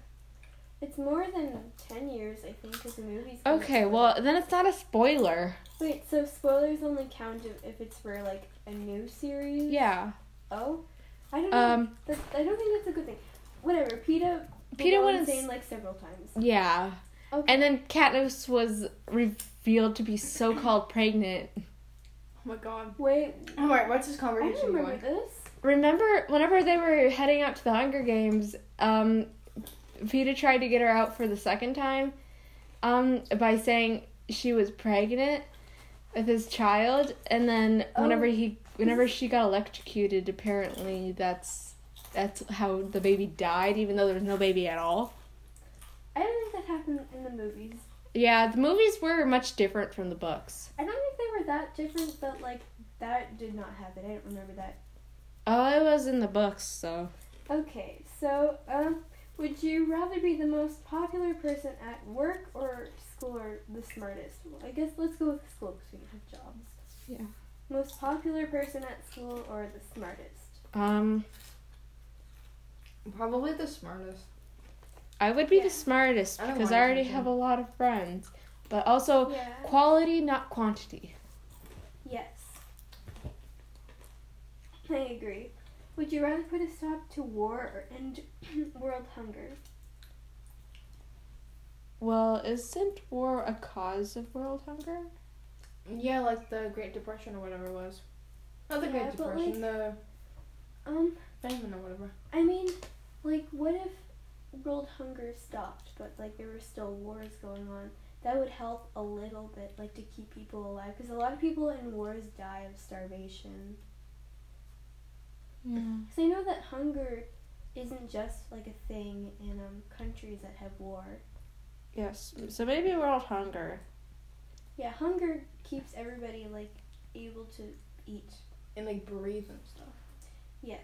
D: It's more than ten years, I think, because the movie's. been
B: Okay,
D: out.
B: well then it's not a spoiler.
D: Wait, so spoilers only count if if it's for like a new series.
B: Yeah.
D: Oh, I don't know.
B: Um.
D: That- I don't think that's a good thing. Whatever. Peta.
B: Peeta
D: Peta
B: went
D: went
B: ins- Mm.
D: insane like several times.
B: Yeah.
D: Okay.
B: And then Katniss was revealed to be so-called pregnant.
C: Oh my god.
D: Wait,
C: Alright, what's this
D: I don't
C: conversation
D: remember
C: going?
D: this.
B: remember whenever they were heading up to the Hunger Games, um, Peter tried to get her out for the second time, um, by saying she was pregnant with his child, and then whenever
D: Oh.
B: he, whenever she got electrocuted, apparently that's that's how the baby died, even though there was no baby at all.
D: I don't think that happened in the movies.
B: Yeah, the movies were much different from the books.
D: I don't think they were that different, but like that did not happen. I don't remember that.
B: Oh, it was in the books, so
D: Okay, so um, would you rather be the most popular person at work or school or the smartest? Well, I guess let's go with school because we don't have jobs.
B: Yeah.
D: Most popular person at school or the smartest?
B: um,
C: Probably the smartest.
B: I would be
D: Yeah.
B: the smartest
C: I don't
B: because I
C: want
B: already
C: attention.
B: have a lot of friends, but also.
D: Yeah.
B: Quality, not quantity.
D: Yes. I agree. Would you rather put a stop to war or end world hunger?
B: Well, isn't war a cause of world hunger?
C: Yeah, like the Great Depression or whatever it was. Not the
D: Yeah,
C: Great
D: but, like-
C: Depression, the
D: Um,
C: famine or whatever.
D: I mean, like, what if world hunger stopped, but like there were still wars going on? That would help a little bit, like to keep people alive, because a lot of people in wars die of starvation.
B: Yeah.
D: Because I know that hunger isn't just like a thing in um, countries that have war.
B: Yes. So maybe world hunger.
D: Yeah, hunger keeps everybody like able to eat.
C: And like breathe and stuff.
D: Yes.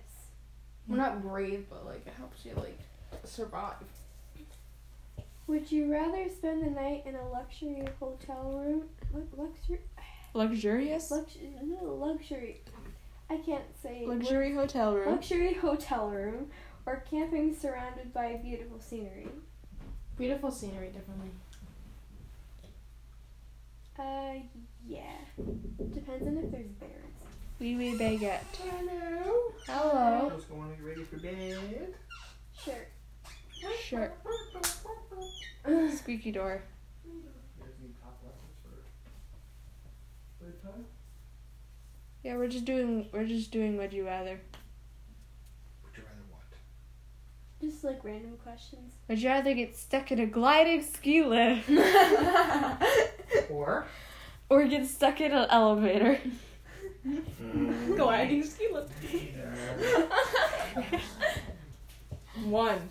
C: Well, not breathe, but like it helps you like survive.
D: Would you rather spend the night in a luxury hotel room? Lu- luxury.
B: Luxurious.
D: Luxury. Luxury. I can't say. wor-
B: Luxury hotel room.
D: Luxury hotel room or camping surrounded by beautiful scenery?
C: Beautiful scenery, definitely.
D: Uh, yeah. Depends on if there's bears.
B: Wee wee baguette.
C: Hello.
B: Hello.
G: Just going to get ready for bed.
D: Sure.
B: Sure. Squeaky door.
G: There's new top lessons for bedtime.
B: Yeah, we're just doing. We're just doing. Would you rather?
G: Would you rather what?
D: Just like random questions.
B: Would you rather get stuck in a gliding ski lift
G: Or
B: or get stuck in an elevator?
C: Gliding ski lift. One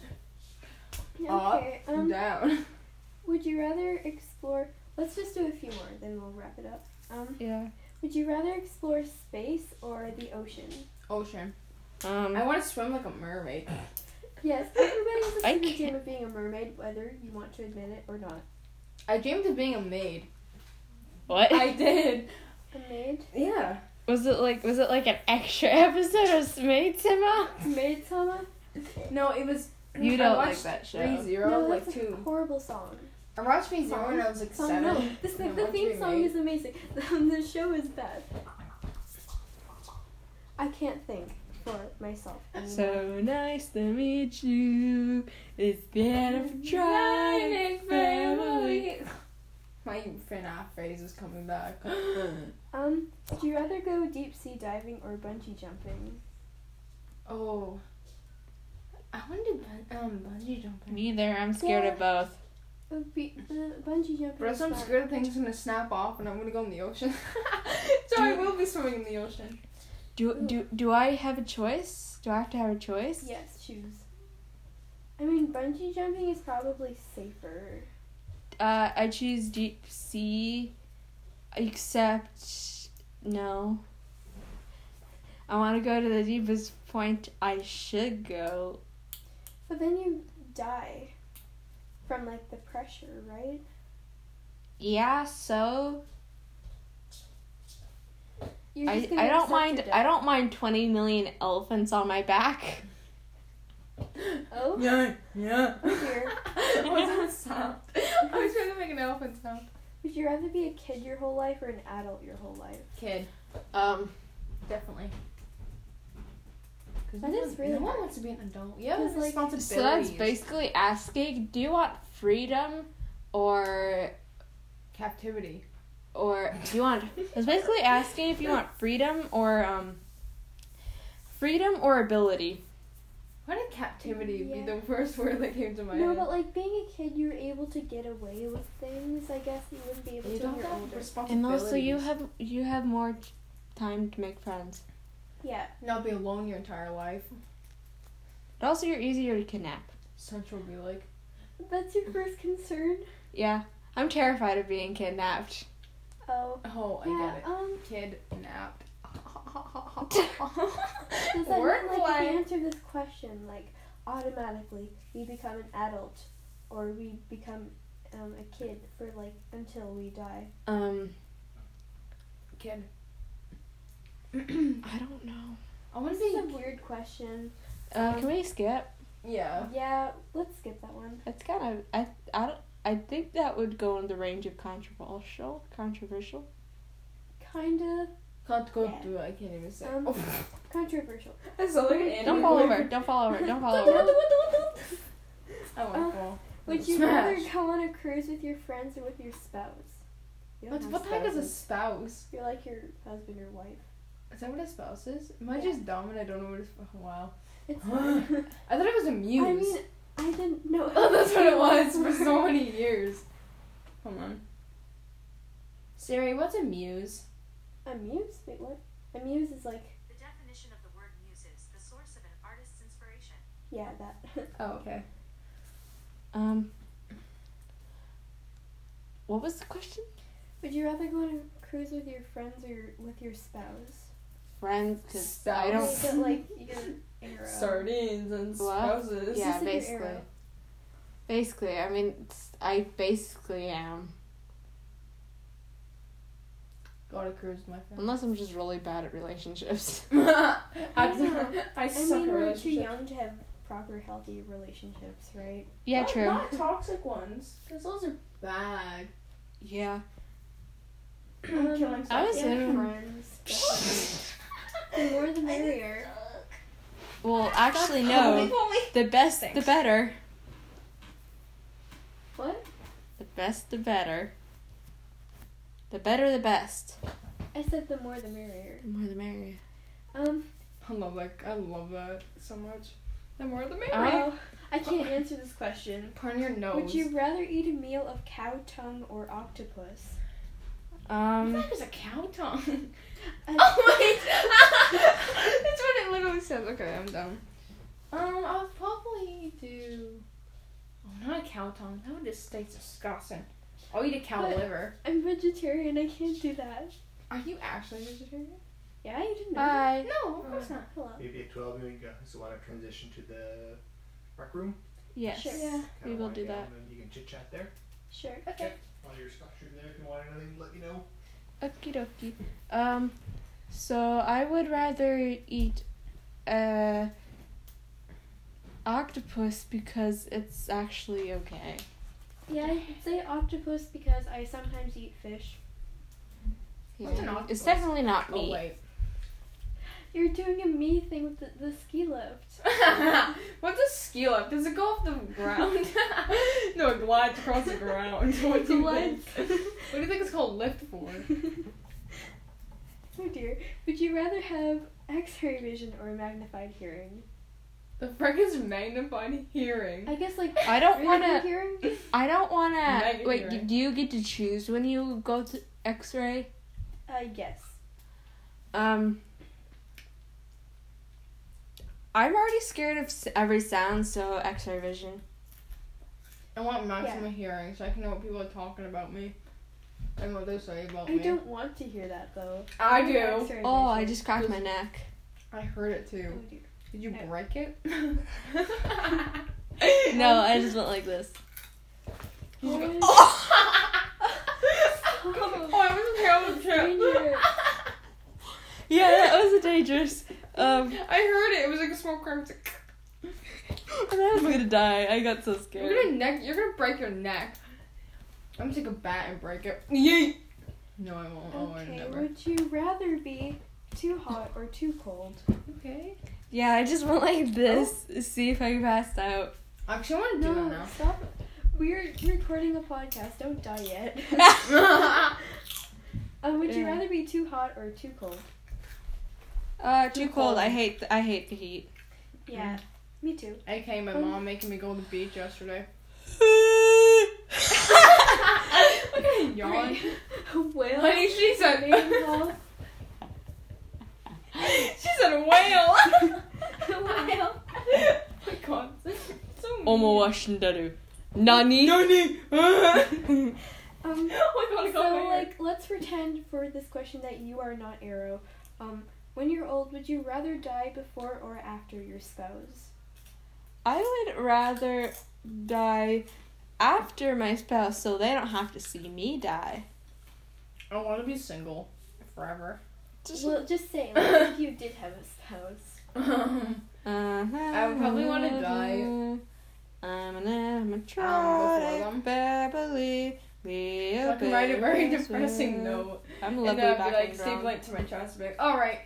C: Up,
D: Okay. Um,
C: down.
D: would you rather explore? Let's just do a few more, then we'll wrap it up. Um,
B: Yeah.
D: would you rather explore space or the ocean?
C: Ocean.
B: Um.
C: I want to swim like a mermaid.
D: Yes, everybody's
B: I
D: a secret
B: can't-
D: dream of being a mermaid, whether you want to admit it or not.
C: I dreamed of being a maid.
B: what
C: I did.
D: A maid?
C: Yeah.
B: was it like? Was it like an extra episode of Maid Simma?
D: Maid Sama?
C: No, it was.
B: You
C: I
B: don't like
C: watched
B: that show.
C: Three Zero,
D: No,
C: like
D: that's a
C: two.
D: horrible song.
C: I watched Three Zero when I was like
D: Song,
C: seven.
D: no. This,
C: No,
D: the
C: what's
D: theme
C: your
D: song
C: name?
D: is amazing. The, the show is bad. I can't think for myself. anymore.
B: So nice to meet you. It's been a trying family.
C: My FNAF phrase is coming back.
D: Um, do you rather go deep sea diving or bungee jumping?
C: oh. I want to do bun- um, bungee jumping.
B: Neither. I'm scared of both.
D: It would be the bungee jumping.
C: But
D: is
C: also I'm
D: fun.
C: scared things gonna snap off and I'm gonna go in the ocean. so I will be swimming in the ocean.
B: Do do do I have a choice? Do I have to have a choice?
D: Yes, choose. I mean, bungee jumping is probably safer.
B: Uh, I choose deep sea, except no. I want to go to the deepest point I should go.
D: But then you die from like the pressure, right?
B: Yeah, so
D: You're
B: I,
D: just gonna
B: I don't
D: accept your
B: mind
D: death.
B: I don't mind twenty million elephants on my back.
D: Oh
C: Yeah, yeah.
D: dear.
C: What's that sound? I was trying to make an elephant sound.
D: Would you rather be a kid your whole life or an adult your whole life?
C: Kid,
B: Um,
C: definitely. Cause
D: That
C: no
D: is
C: one-
D: really
C: no one
D: hard.
C: wants to be an adult. Yeah,
D: Because,
C: have
D: like,
C: responsibilities.
B: so that's basically asking: Do you want freedom, or
C: captivity.
B: or do you want it's basically asking if you want freedom or um freedom or ability
C: Why did captivity
D: Yeah.
C: be the first word that came to my
D: No,
C: head?
D: but like being a kid, you're able to get away with things. I guess you wouldn't be able
C: you
D: to when
C: don't
D: you're
C: have
B: and
D: older.
C: responsibilities.
B: also you have you have more time to make friends
D: Yeah,
C: not be alone your entire life.
B: but also you're easier to kidnap
C: Central be like,
D: that's your first concern.
B: yeah i'm terrified of being kidnapped
D: Oh,
C: oh, I
D: yeah.
C: get it.
D: Um,
C: Kidnapped.
D: does that
C: Word
D: mean like if
C: play.
D: you answer this question, like automatically we become an adult, or we become um, a kid for like until we die?
B: um
C: Kid.
B: i don't know
C: I want to
D: This is a
C: be.
D: weird question.
B: uh, can we skip
C: Yeah.
D: Yeah, let's skip that one.
B: that's kind of i i don't I think that would go in the range of controversial. Controversial.
D: Kinda
C: Can't go
D: Yeah.
C: through. I can't even say.
D: Um,
C: oh,
D: controversial.
C: that's all like
B: Don't fall over. Don't fall over. Don't fall over.
C: I want
D: Uh,
C: to fall.
D: Would you
C: Smash.
D: rather go on a cruise with your friends or with your spouse? You don't
C: What,
D: have
C: what the heck is a
D: spouses.
C: spouse?
D: You're like your husband or wife.
C: Is that what a spouse is? Am I just dumb and I don't know what a spouse? Wow.
D: It's fine.
C: I thought it was a muse.
D: I mean, I didn't know.
C: Oh, that's what it was for so many years. Hold on. Siri, what's a muse?
D: A muse? Wait, what? A muse is like,
A: The definition of the word muse is the source of an artist's inspiration.
D: yeah, that.
C: Oh, okay.
B: Um. What was the question?
D: Would you rather go on a cruise with your friends or with your spouse?
B: Friends, because I don't.
D: You get like your arrow.
C: Sardines and
B: What?
C: spouses.
B: Yeah,
D: Just like your
B: basically.
D: arrow.
B: Basically, I mean, it's, I basically am.
C: Go on a cruise with my friend.
B: Unless I'm just really bad at relationships.
C: I, I
D: I
C: suck
D: mean,
C: at
D: we're too
C: relationships.
D: young to have proper, healthy relationships, right?
B: yeah,
C: Not-
B: true.
C: Not toxic ones, because those are bad.
B: Yeah.
D: Um,
B: I was
D: yeah,
B: in-
D: friends. but- the more the merrier.
B: Well, actually, no. The best, the better.
D: What?
B: The best, the better. The better, the best.
D: I said the more the merrier.
B: The more the merrier.
D: Um,
C: I love that. I love that so much. The more the merrier.
D: oh, I can't answer this question.
C: Put on your nose.
D: Would you rather eat a meal of cow tongue or octopus?
C: What the
B: Um.
C: heck is a cow tongue?
D: Uh,
C: Oh my! That's what it literally says. Okay, I'm done. Um, I'll probably do. Oh, not a cow tongue. That would just taste disgusting. I'll eat a cow
D: But-
C: liver.
D: I'm vegetarian. I can't do that.
C: Are you actually vegetarian?
D: Yeah, you didn't know.
C: Uh,
D: that.
B: Bye.
C: No, of course not.
D: Hello.
G: Maybe at 12 you can go, so want to transition to the rec room.
B: Yes.
D: Sure. Yeah.
G: Kinda
B: We will
G: wind
B: do
G: down,
B: that.
G: And you can chit chat there.
D: Sure.
C: Okay.
G: While you're stuck shooting there, if you want anything, let me know.
B: Okie dokie. Um, so I would rather eat uh octopus because it's actually okay.
D: Yeah, I'd say octopus because I sometimes eat fish.
C: What's an
B: It's
C: octopus?
B: definitely not
C: Oh
B: me.
C: wait.
D: You're doing a me thing with the, the ski lift.
C: What's a ski lift? Does it go off the ground? no, it glides across the ground. What do you
D: Glides.
C: think? What do you think it's called lift for?
D: Oh dear. Would you rather have X-ray vision or magnified hearing?
C: The frick is magnified hearing.
D: I guess like
B: I don't
D: really
B: want
D: good
B: to.
D: hearing.
B: I don't want
C: Magnet
B: to. Wait,
C: hearing.
B: do you get to choose when you go to X-ray?
D: Uh, yes.
B: Um, I'm already scared of s- every sound, so X-ray vision.
C: I want maximum hearing so I can know what people are talking about me and what they're saying about
D: I
C: me.
D: don't want to hear that though.
C: Oh, I
D: want
C: do.
D: X-ray
B: Oh, I
D: vision.
B: just cracked my neck.
C: I heard it too.
D: Oh dear.
C: Did you
D: I-
C: break it?
B: No, I just went like this.
C: oh, I was a terrible trip.
D: Stranger.
B: Yeah, that was a dangerous. Um,
C: I heard it. It was like a smoke crack. It was like,
B: I thought I was gonna die. I got so
C: you're
B: scared.
C: gonna neck. You're gonna break your neck. I'm gonna take a bat and break it. Yeet. No, I won't. Oh, I
D: Okay,
C: never.
D: would you rather be too hot or too cold?
C: Okay.
B: Yeah, I just went like this. See if I passed out.
C: Actually, I want to do
D: No,
C: that now.
D: stop. We're recording a podcast. Don't die yet. um, would you
B: Yeah.
D: rather be too hot or too cold?
B: Uh, too cold.
C: cold.
B: I hate. th- I hate the heat.
D: Yeah, Mm. me too.
C: Okay, my mom making me go to the beach yesterday. Look at her yawn.
D: Whale.
C: Honey, she said.
D: mating call.
C: she said whale.
D: Whale.
C: my God, so mean.
B: Omo Washington. Nani.
C: Nani. oh
D: Um,
C: my God, I got my
D: so
C: hair.
D: like, let's pretend for this question that you are not Arrow. Um, when you're old, would you rather die before or after your spouse?
B: I would rather die after my spouse, so they don't have to see me die.
C: I want to be single forever.
D: Well, just say like, if you did have a spouse.
B: I
C: would probably wanna die.
B: uh-huh. I'm an animatronic
C: them.
B: babbly. We
C: I can write a very depressing
B: no.
C: note.
B: I'm
C: And
B: lovely
C: then I'd
B: back
C: be
B: on
C: like,
B: the
C: stay
B: ground.
C: blank to my chest. Be like, all right.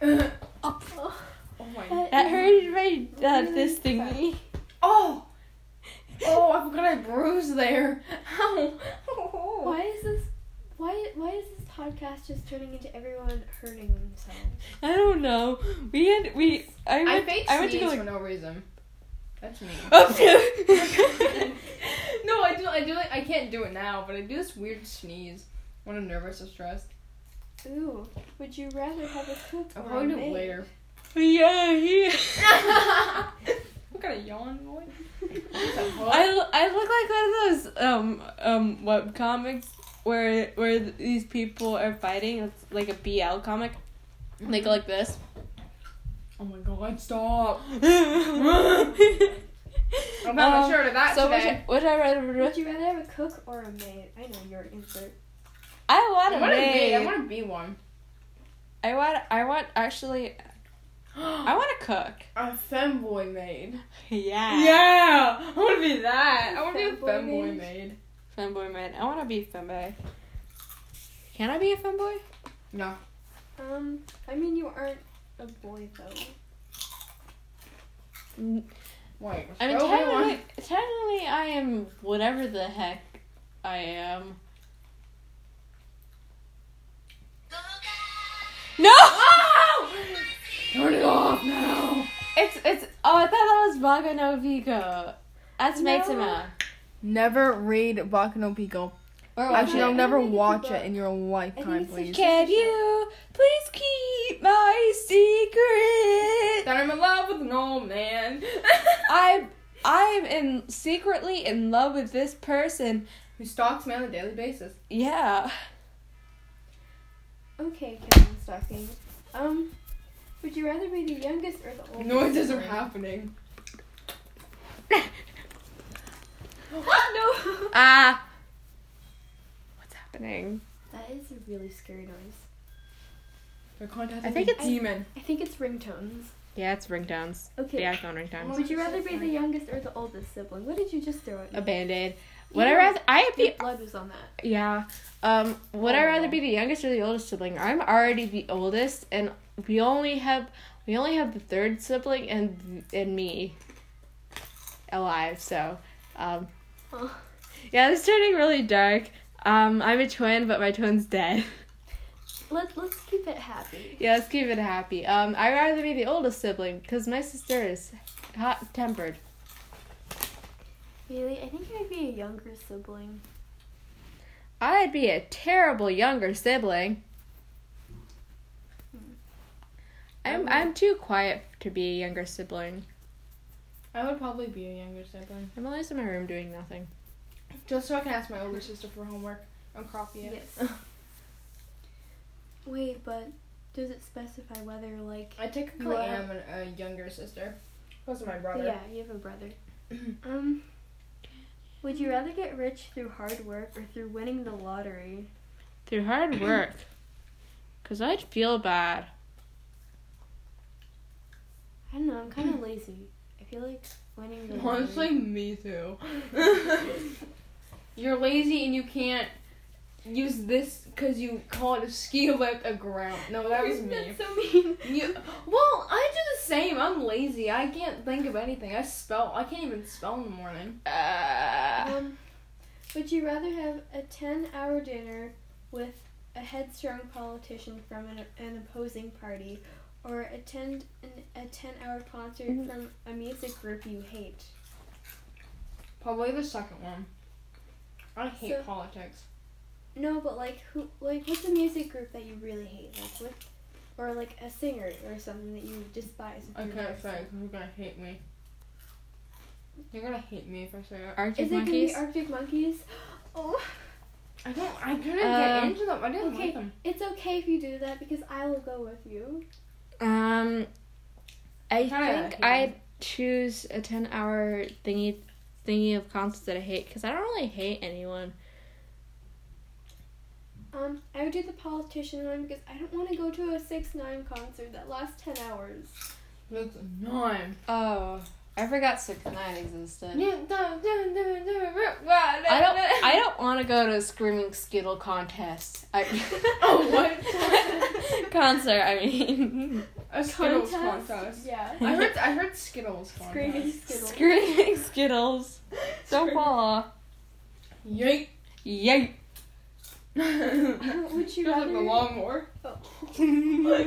C: oh
D: Oh,
C: my.
B: That hurt my uh,
D: Really
B: this thingy.
C: Oh. Oh, I forgot I bruised there. Ow. Oh.
D: Why is this? Why why is this podcast is turning into everyone hurting themselves?
B: I don't know. We had we I
C: I
B: went
C: fake
B: I, went to go
C: sneeze for
B: like
C: no reason. That's me.
B: oh
C: no, I do. I do. Like, I can't do it now, but I do this weird sneeze when I'm nervous or stressed.
D: Ooh, would you rather have a poop
C: I'll
D: or a
C: probably do it
D: maid?
C: later.
B: yeah yeah.
C: What kind of yawn boy?
B: I, l- I look like one of those um um web comics where where th- these people are fighting. It's like a BL comic. And They go like this.
C: oh my god! Stop! I'm
B: Um,
C: not sure of that
B: so would
C: today.
B: I, would I rather?
D: Would you rather have a cook or a maid? I know your answer.
B: I want
C: I
B: a
C: want to be. I
B: maid.
C: want to be one.
B: I want. I want. Actually, I
C: a
B: want to cook.
C: femboy maid.
B: Yeah.
C: Yeah, I want to be that. I want to be a
D: Femboy
C: femboy
D: maid.
C: maid.
B: Femboy man. I want to be femboy. Can I be a femboy?
C: No,
D: Um, I mean you aren't a boy though.
B: N-
C: wait.
B: I mean,
C: Obi-Wan.
B: technically, technically, I am whatever the heck I am. No!
C: turn it off now.
B: It's it's. Oh, I thought that was Baga no Vigo. That's
D: No.
B: Maxima.
C: Never read Bakano Pico.
B: Or
D: Actually,
C: Actually,
D: no,
C: I'll
D: I
C: never
D: think it's a
C: watch
D: book.
C: it in your lifetime,
D: it's a
C: please.
D: kid.
B: Can you please keep my secret?
C: That I'm in love with an old man.
B: I I'm in secretly in love with this person.
C: Who stalks me on a daily basis.
B: Yeah.
D: Okay, Kevin Stocking. Um, would you rather be the youngest or the oldest?
C: Noises are happening.
D: no.
B: Ah. What's happening?
D: That is a really scary noise.
C: They're contacting
B: I think
C: a
B: it's-
C: demon.
D: I think it's ringtones.
B: Yeah, it's ringtones.
D: Okay.
B: iPhone ringtones.
D: Would you rather be the youngest or the oldest sibling? What did you just throw at me?
B: A band-aid. Would I
D: Yeah.
B: rather I
D: Your
B: be
D: blood was on that.
B: Yeah. Um, would I
C: Oh.
B: rather be the youngest or the oldest sibling? I'm already the oldest, and we only have we only have the third sibling and and me alive. So, um,
D: Oh.
B: yeah, this is turning really dark. Um, I'm a twin, but my twin's dead.
D: Let Let's keep it happy.
B: yeah, let's keep it happy. Um, I'd rather be the oldest sibling because my sister is hot tempered.
D: Really, I think I'd be a younger sibling.
B: I'd be a terrible younger sibling. I'm I'm too quiet to be a younger sibling.
C: I would probably be a younger sibling.
B: I'm always in my room doing nothing.
C: Just so I can ask my older sister for homework on copy it.
D: Yes. Wait, but does it specify whether like?
C: I technically
D: Well-
C: am an, a younger sister. Plus my brother.
D: Yeah, you have a brother. um, would you rather get rich through hard work or through winning the lottery?
B: Through hard work. Cause I'd feel bad.
D: I don't know. I'm kind of lazy. I feel like winning the lottery.
C: Honestly, me too. You're lazy and you can't use this because you call it a ski lift a ground. No, that was me.
D: That's so mean.
C: You, well, I do the same. I'm lazy. I can't think of anything. I spell. I can't even spell in the morning. Ah.
B: Uh,
D: Um, would you rather have a 10 hour dinner with a headstrong politician from an, an opposing party or attend an, a 10 hour concert from a music group you hate?
C: Probably the second one. I hate
D: So-
C: politics.
D: No, but like who like what's a music group that you really hate? Like what or like a singer or something that you despise. if
C: I
D: you're
C: can't
D: nervous.
C: say because you're gonna hate me. You're gonna hate me if I say it.
B: Arctic
D: Is it gonna
B: monkeys.
D: be Arctic Monkeys? Oh,
C: I don't. I couldn't get
B: Um,
C: into them. I didn't
D: okay.
C: like them.
D: it's okay if you do that because I will go with you.
B: um, I
C: Kinda
B: think
C: hate
B: I'd choose a ten-hour thingy thingy of concerts that I hate. Cause I don't really hate anyone.
D: Um, I would do the politician one because I don't want to go to a six nine concert that lasts ten hours.
C: That's annoying.
B: Oh, I forgot Six Nine existed. I
C: I
B: don't. I don't want to go to a screaming skittle contest. I,
C: Oh, what?
B: concert? I mean,
C: A Skittles
D: Contest?
C: contest.
D: Yeah,
C: I heard. I heard Skittles
D: screaming
C: contest.
D: skittles.
B: screaming skittles. Don't fall off.
C: Yay!
B: Yay!
D: Would you
C: Feels like
D: rather?
C: the lawnmower.
D: Don't
C: You're a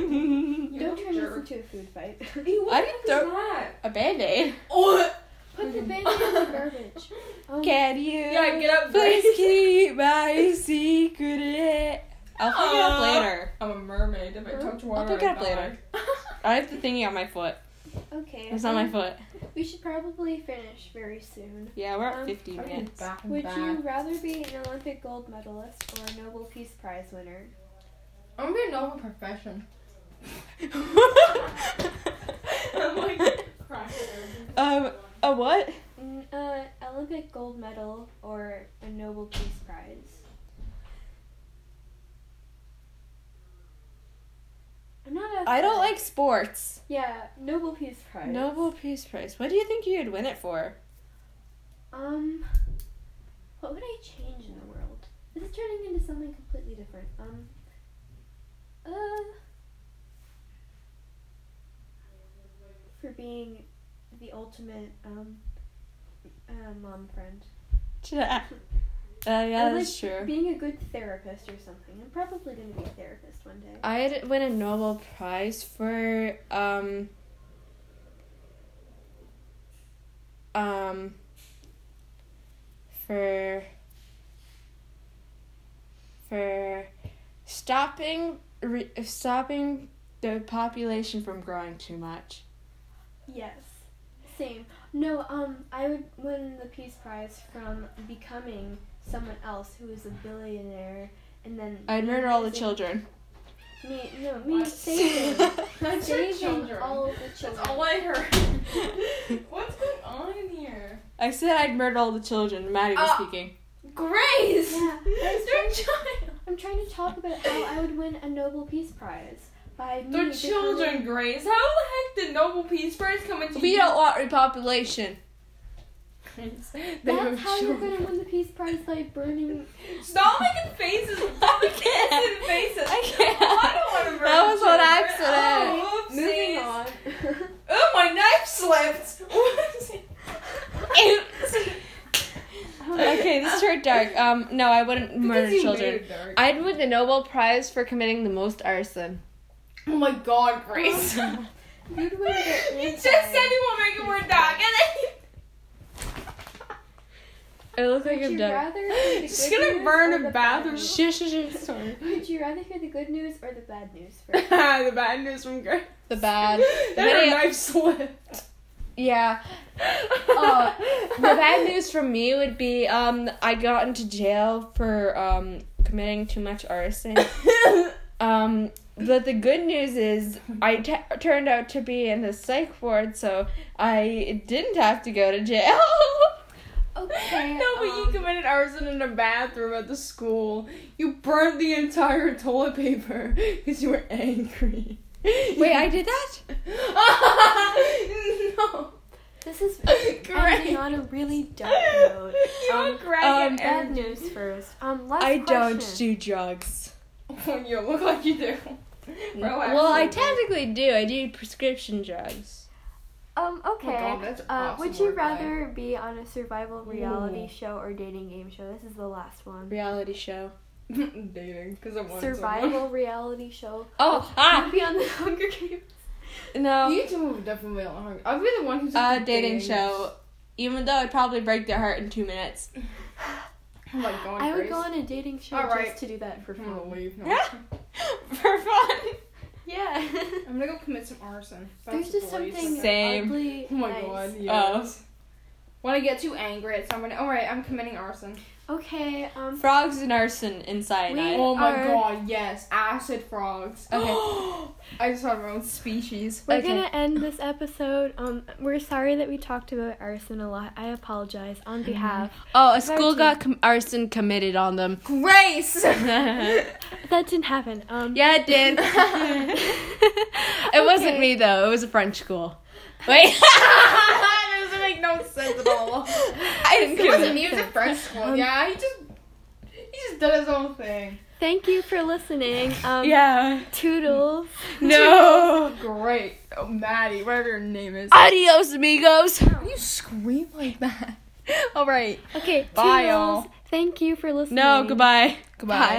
C: jerk.
D: turn this into a food fight.
B: I didn't throw a band aid.
C: Oh,
D: Put the band in the garbage. Oh,
B: Can you?
C: yeah, get up,
B: Please
C: buddy.
B: keep my secret. I'll pick it up
C: Aw.
B: later.
C: I'm a mermaid. If I touch water,
B: I'll pick it
C: I
B: up
C: die.
B: later. I have the thingy on my foot.
D: Okay.
B: It's on my
D: um,
B: foot.
D: We should probably finish very soon.
B: Yeah, we're at
D: Um,
B: 15
C: How do you
B: minutes.
C: back and
D: Would
C: back?
D: you rather be an Olympic gold medalist or a Nobel Peace Prize winner?
C: I'm gonna be a novel profession. I'm like crying.
B: um, a what?
D: Mm, uh, Olympic gold medal or a Nobel Peace Prize? I'm not.
B: I don't
D: athletic.
B: like sports.
D: Yeah, Nobel Peace Prize.
B: Nobel Peace Prize. What do you think you'd win it for?
D: Um, what would I change in the world? This is turning into something completely different. Um, uh, for being the ultimate um, uh, mom friend.
B: Uh, yeah,
D: Or,
B: that's
D: like,
B: true.
D: Being a good therapist or something. I'm probably gonna be a therapist one day.
B: I'd win a Nobel Prize for um um for for stopping re- stopping the population from growing too much.
D: Yes. Same. No, um, I would win the Peace Prize from becoming someone else who is a billionaire and then.
B: I'd murder all the
D: using-
B: children.
D: Me, no, me saving.
C: That's your
D: saving
C: children.
D: all of the
C: That's
D: children.
C: all I heard. What's going on in here?
B: I said I'd murder all the children. Maddie was
C: Uh,
B: speaking.
C: Grace!
D: Yeah,
C: It's your child!
D: I'm trying to talk about how I would win a Nobel Peace Prize by
C: They're
D: me becoming-
C: children, Grace. How the heck did Nobel Peace Prize come into
B: We don't want repopulation.
C: Grace. They were
D: That's how you're
C: children.
D: gonna win the Peace Prize by burning.
C: Stop making faces. Stop making
B: can't.
C: faces.
B: I can't.
C: I don't want to murder
B: That was on
C: children.
B: accident.
C: Oh, oopsies.
D: Moving on.
C: Oh, my knife slipped. Oopsie.
B: okay, this turned dark. Um, no, I wouldn't murder
C: Because you
B: children.
C: made it dark.
B: I'd win the Nobel Prize for committing the most arson.
C: Oh my god, Grace. you
D: You'd win the
C: just said you won't make it more dark, and then you
B: I look like
D: Would
B: I'm
D: you
B: done.
D: rather hear the
C: She's
D: good
C: gonna
D: news
C: burn
D: or
C: a
D: the bad
C: bathroom.
D: news?
B: Shh, shh, shh. Sorry.
D: Would you rather hear the good news or the bad news first?
C: the bad news from Grace.
B: The bad.
C: Then her
B: video-
C: knife slipped.
B: Yeah. Uh,
C: Oh,
B: The bad news from me would be um I got into jail for um committing too much arson. Um, but the good news is I t- turned out to be in the psych ward, so I didn't have to go to jail.
D: Okay.
C: no, but you
D: um,
C: committed arson in a bathroom at the school. You burned the entire toilet paper because you were angry.
B: Wait, I did that?
C: no.
D: This is
C: Great.
D: ending on a really dark note.
C: You
D: Um,
C: um, crying
B: um,
D: Bad
C: and
D: news first. Um, last
B: I
D: question.
B: don't do drugs.
C: Oh, you look like you do. Bro,
B: well, I
C: actually-
B: technically do. I do prescription drugs.
D: Um, okay.
C: Oh God, that's
D: uh, would
C: awesome
D: you
C: work, guy.
D: rather be on a survival reality show or dating game show? This is the last one.
B: Reality show.
C: dating because I want
D: Survival reality show.
B: Oh,
D: i
B: ah,
D: be on the Hunger Games.
C: Someone.
B: no.
C: You two would definitely on. I'd be the one who's
B: Uh, dating show. Even though I'd probably break their heart in two minutes.
C: Oh my god,
D: I would
C: Grace.
D: go on a dating show
C: All right.
D: just to do that for
C: I'm gonna
D: fun.
C: leave. No.
B: For fun.
D: Yeah.
C: I'm gonna go commit some arson.
D: There's just something
B: Same.
D: oddly
C: Oh my
D: nice.
C: god, yes. When I get too angry at someone, alright, I'm committing arson.
D: Okay. Um.
B: Frogs and arson and cyanide.
D: We-
C: Oh my
D: Are-
C: god, yes. Acid frogs.
B: Okay.
C: I just have my own species.
D: We're
B: Okay.
D: gonna end this episode. Um, we're sorry that we talked about arson a lot. I apologize on behalf.
B: Oh, a school got com- arson committed on them.
C: Grace!
B: yeah,
D: That didn't happen. Um,
B: it did. it wasn't me though. It was a French school. Wait.
C: that doesn't make no sense at all.
B: I didn't
C: It wasn't
B: commit.
C: me, it was a French school. Yeah, he just he just did his own thing.
D: Thank you for listening. Um,
B: Yeah.
D: Toodles.
B: No.
C: Great. Oh, Maddie, whatever your name is.
B: Adios, amigos.
C: Why do you scream like that? Alright.
D: Okay.
C: Bye,
D: toodles.
C: y'all.
D: Thank you for listening.
B: No. Goodbye.
C: Goodbye.